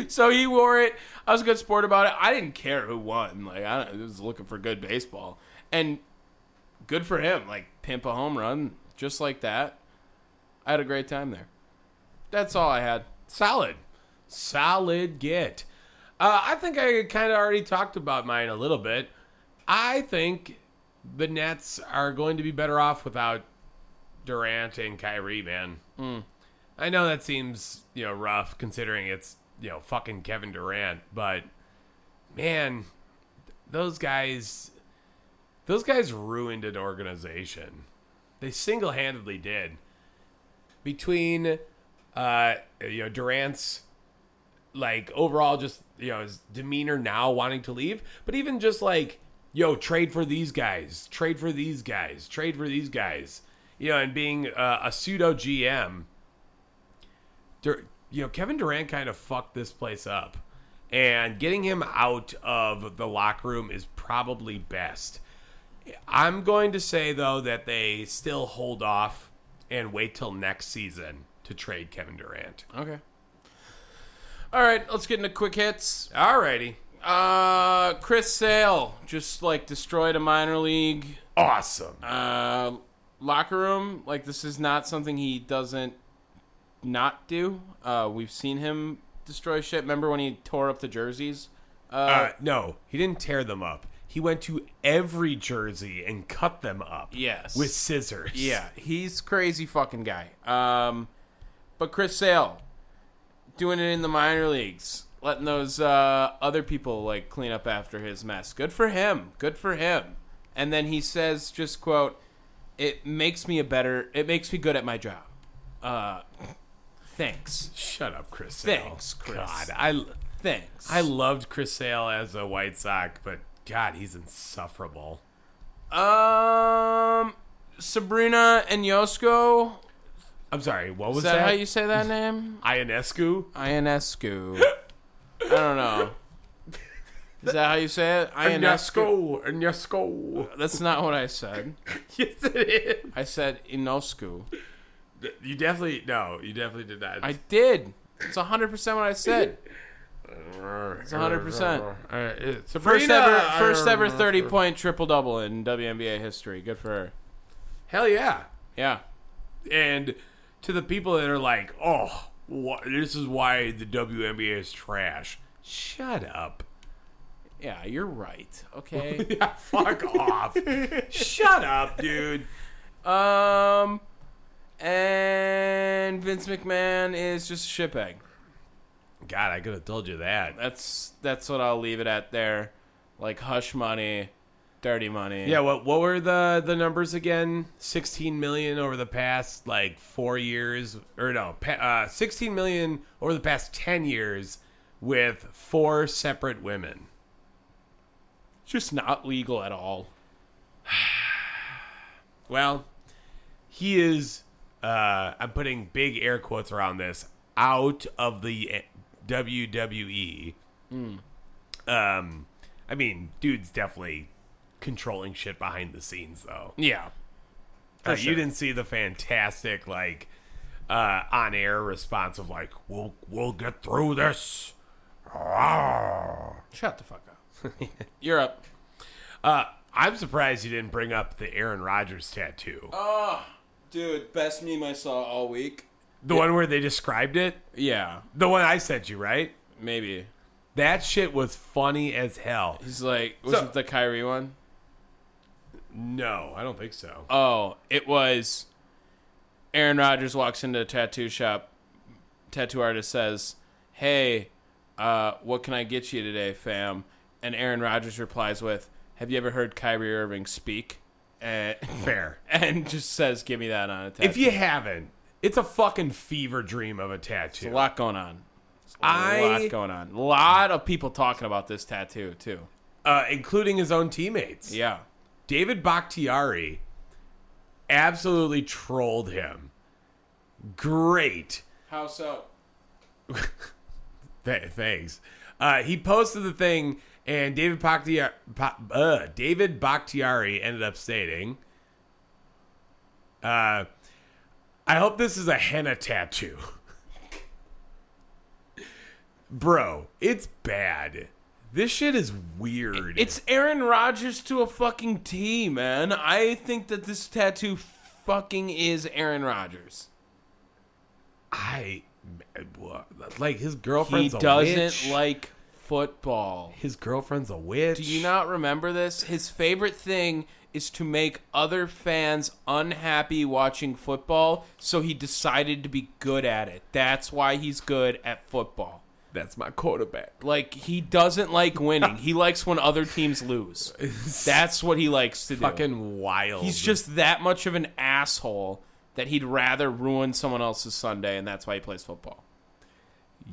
so he wore it. I was a good sport about it. I didn't care who won. Like I I was looking for good baseball, and good for him. Like pimp a home run just like that. I had a great time there. That's all I had.
Solid. Solid get. Uh, I think I kind of already talked about mine a little bit. I think the Nets are going to be better off without Durant and Kyrie, man. I know that seems, you know, rough considering it's, you know, fucking Kevin Durant, but man, those guys those guys ruined an organization. They single-handedly did. Between uh you know, Durant's like overall just, you know, his demeanor now wanting to leave, but even just like yo, trade for these guys, trade for these guys, trade for these guys. You know, and being uh, a pseudo GM, Dur- you know, Kevin Durant kind of fucked this place up. And getting him out of the locker room is probably best. I'm going to say, though, that they still hold off and wait till next season to trade Kevin Durant.
Okay. All right, let's get into quick hits.
Alrighty.
Uh, Chris Sale just like destroyed a minor league
Awesome.
uh, locker room. Like this is not something he doesn't not do. Uh, we've seen him destroy shit. Remember when he tore up the jerseys?
Uh, no, he didn't tear them up. He went to every jersey and cut them up.
Yes.
With scissors.
Yeah, he's crazy fucking guy. Um, but Chris Sale doing it in the minor leagues, letting those uh, other people like clean up after his mess. Good for him. Good for him. And then he says, just quote, "It makes me a better. It makes me good at my job." Uh, thanks.
Shut up, Chris. Sale.
Thanks, Chris.
God, I
Thanks.
I loved Chris Sale as a White Sox, but God, he's insufferable.
um Sabrina and Yosko.
I'm sorry. What was
Is that how you say that name?
Ionescu?
Ionescu. I don't know. Is that how you say it?
Ionescu.
Ionescu.
Ionescu.
That's not what I said.
Yes, it is.
I said Inoscu.
You definitely no. You definitely did that.
I did. It's 100% what I said.
It's
100%.
It's the
First ever, first ever 30 point triple double in WNBA history. Good for her.
Hell yeah!
Yeah.
And to the people that are like, oh, wh- this is why the WNBA is trash. Shut up.
Yeah, you're right. Okay.
Fuck off. Shut up, dude.
Um, and Vince McMahon is just a shitbag.
God, I could have told you that.
That's that's what I'll leave it at there. Like hush money, dirty money.
Yeah, what what were the the numbers again? 16 million over the past like 4 years or no, pa- uh 16 million over the past 10 years with four separate women.
just not legal at all.
Well, he is uh I'm putting big air quotes around this out of the eh, WWE. Um I mean, dude's definitely controlling shit behind the scenes though.
Yeah.
Uh, You didn't see the fantastic like uh, on air response of like we'll we'll get through this. Ah. Rawr.
Shut the fuck up. You're up.
Uh, I'm surprised you didn't bring up the Aaron Rodgers tattoo,
Dude, best meme I saw all week.
the one where they described it,
Yeah,
the one I sent you, right?
maybe.
That shit was funny as hell.
He's like, was
So-
it the Kyrie one?
No, I don't think so.
Oh, it was. Aaron Rodgers walks into a tattoo shop. Tattoo artist says, "Hey, uh, what can I get you today, fam?" And Aaron Rodgers replies with, "Have you ever heard Kyrie Irving speak?" And,
Fair.
and just says, "Give me that on a tattoo."
If you haven't, it's a fucking fever dream of a tattoo.
a lot going on. A
I-
lot going on. A lot of people talking about this tattoo too.
uh, including his own teammates.
Yeah.
David Bakhtiari absolutely trolled him. Great.
How so?
Th- thanks. Uh, he posted the thing, and David Bakhtiari, uh, David Bakhtiari ended up stating, uh, I hope this is a henna tattoo. Bro, it's bad. This shit is weird.
It's Aaron Rodgers to a fucking T, man. I think that this tattoo fucking is Aaron Rodgers.
I like his
He
girlfriend's. a
doesn't
witch.
like football.
his girlfriend's a witch.
Do you not remember this? His favorite thing is to make other fans unhappy watching football, so he decided to be good at it. That's why he's good at football.
That's my quarterback.
Like he doesn't like winning. he likes when other teams lose. That's what he likes to do.
Fucking wild.
He's just that much of an asshole that he'd rather ruin someone else's Sunday, and that's why he plays football.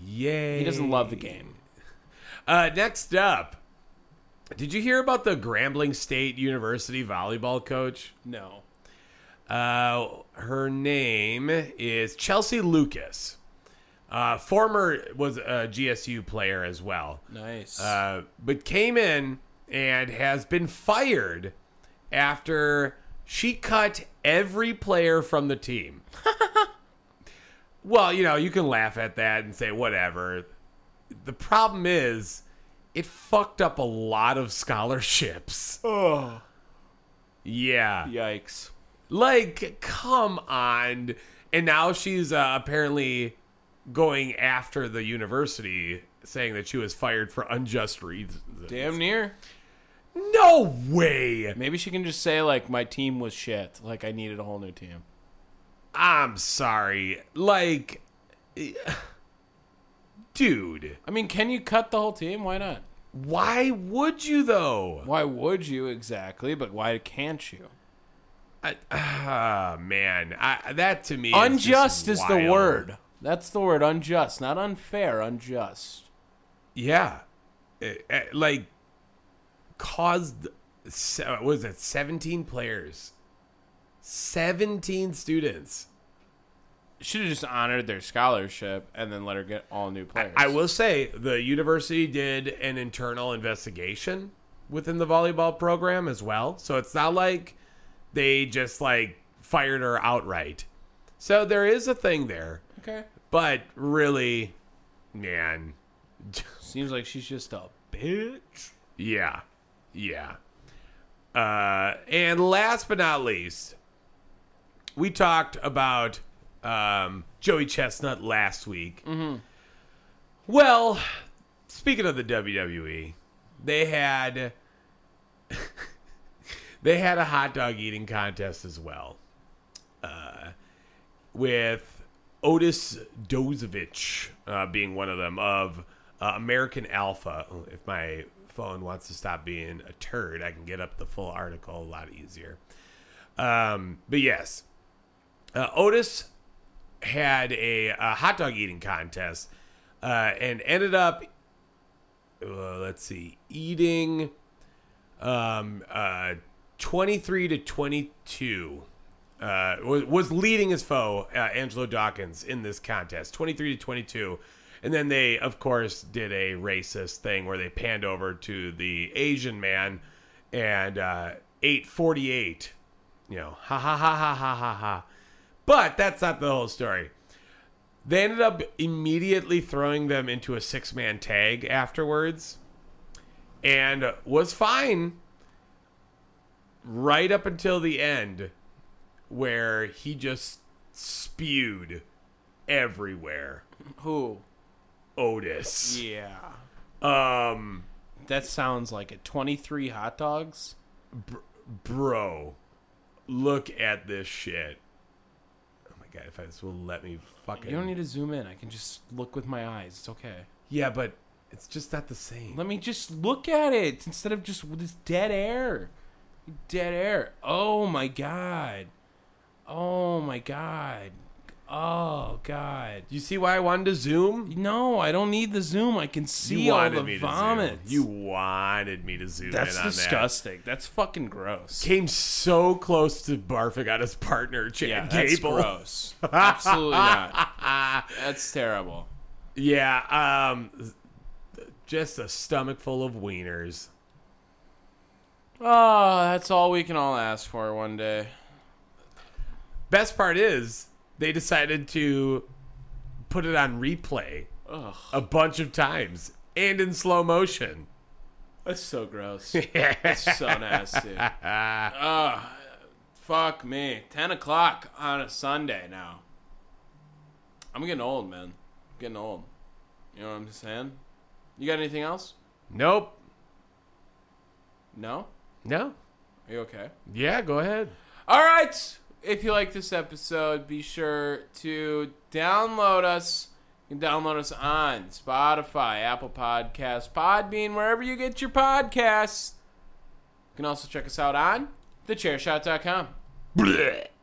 yay.
He doesn't love the game.
Uh, next up, did you hear about the Grambling State University volleyball coach?
No.
Uh, her name is Chelsea Lucas. Uh, former was a GSU player as well.
Nice.
uh, but came in and has been fired after she cut every player from the team. well, you know, you can laugh at that and say whatever. The problem is, it fucked up a lot of scholarships. Oh. Yeah.
Yikes.
Like, come on. And now she's uh, apparently going after the university, saying that she was fired for unjust reasons.
Damn near.
No way.
Maybe she can just say like my team was shit. Like I needed a whole new team.
I'm sorry. Like, eh, dude,
I mean, can you cut the whole team? Why not?
why would you though?
Why would you exactly? But why can't you?
I- Ah, man, I, that to me is just
unjust is the
wild.
word. That's the word. Unjust, not unfair. Unjust.
Yeah, Eh, eh, like caused se- what was it? Seventeen players, seventeen students.
Should have just honored their scholarship and then let her get all new players.
I will say the university did an internal investigation within the volleyball program as well. So it's not like they just like fired her outright. So there is a thing there,
Okay.
but really, man,
Seems like she's just a
bitch. Yeah, yeah. Uh, and last but not least, we talked about um, Joey Chestnut last week. Well, speaking of the WWE, they had they had a hot dog eating contest as well. with Otis Dozovich uh, being one of them of uh, American Alpha. If my phone wants to stop being a turd, I can get up the full article a lot easier. Um, but yes, uh, Otis had a, a hot dog eating contest uh, and ended up, uh, let's see, eating um, uh, 23 to 22 uh, was, was leading his foe, uh, Angelo Dawkins, in this contest, 23 to 22. And then they, of course, did a racist thing where they panned over to the Asian man and uh, 848. You know, ha ha ha ha ha ha ha. But that's not the whole story. They ended up immediately throwing them into a six man tag afterwards and was fine right up until the end where he just spewed everywhere.
Who?
Otis.
Yeah.
Um,
That sounds like it. 23 hot dogs?
bro, look at this shit. Oh my god, if I this will let me fucking
You don't need to zoom in. I can just look with my eyes. It's okay.
Yeah, but it's just not the same.
Let me just look at it instead of just this dead air. Dead air. Oh my god. Oh my god. Oh god.
you see why I wanted to zoom?
No, I don't need the zoom. I can see
you
all
wanted
the
me
vomit.
to zoom. You wanted me to zoom
That's
in on that.
disgusting. That's fucking gross.
Came so close to barfing on his partner, Chad
yeah,
Gable.
that's gross. Absolutely not. That's terrible.
Yeah, um, just a stomach full of wieners.
Oh, that's all we can all ask for one day.
Best part is they decided to put it on replay a bunch of times and in slow motion.
That's so gross. That's so nasty. Ah, fuck me. Ten o'clock on a Sunday now. I'm getting old, man. I'm getting old. You know what I'm saying? You got anything else?
Nope.
No?
No.
Are you okay?
Yeah, go ahead.
All right. If you like this episode, be sure to download us. You can download us on Spotify, Apple Podcasts, Podbean, wherever you get your podcasts. You can also check us out on thechairshot.com.
Blech.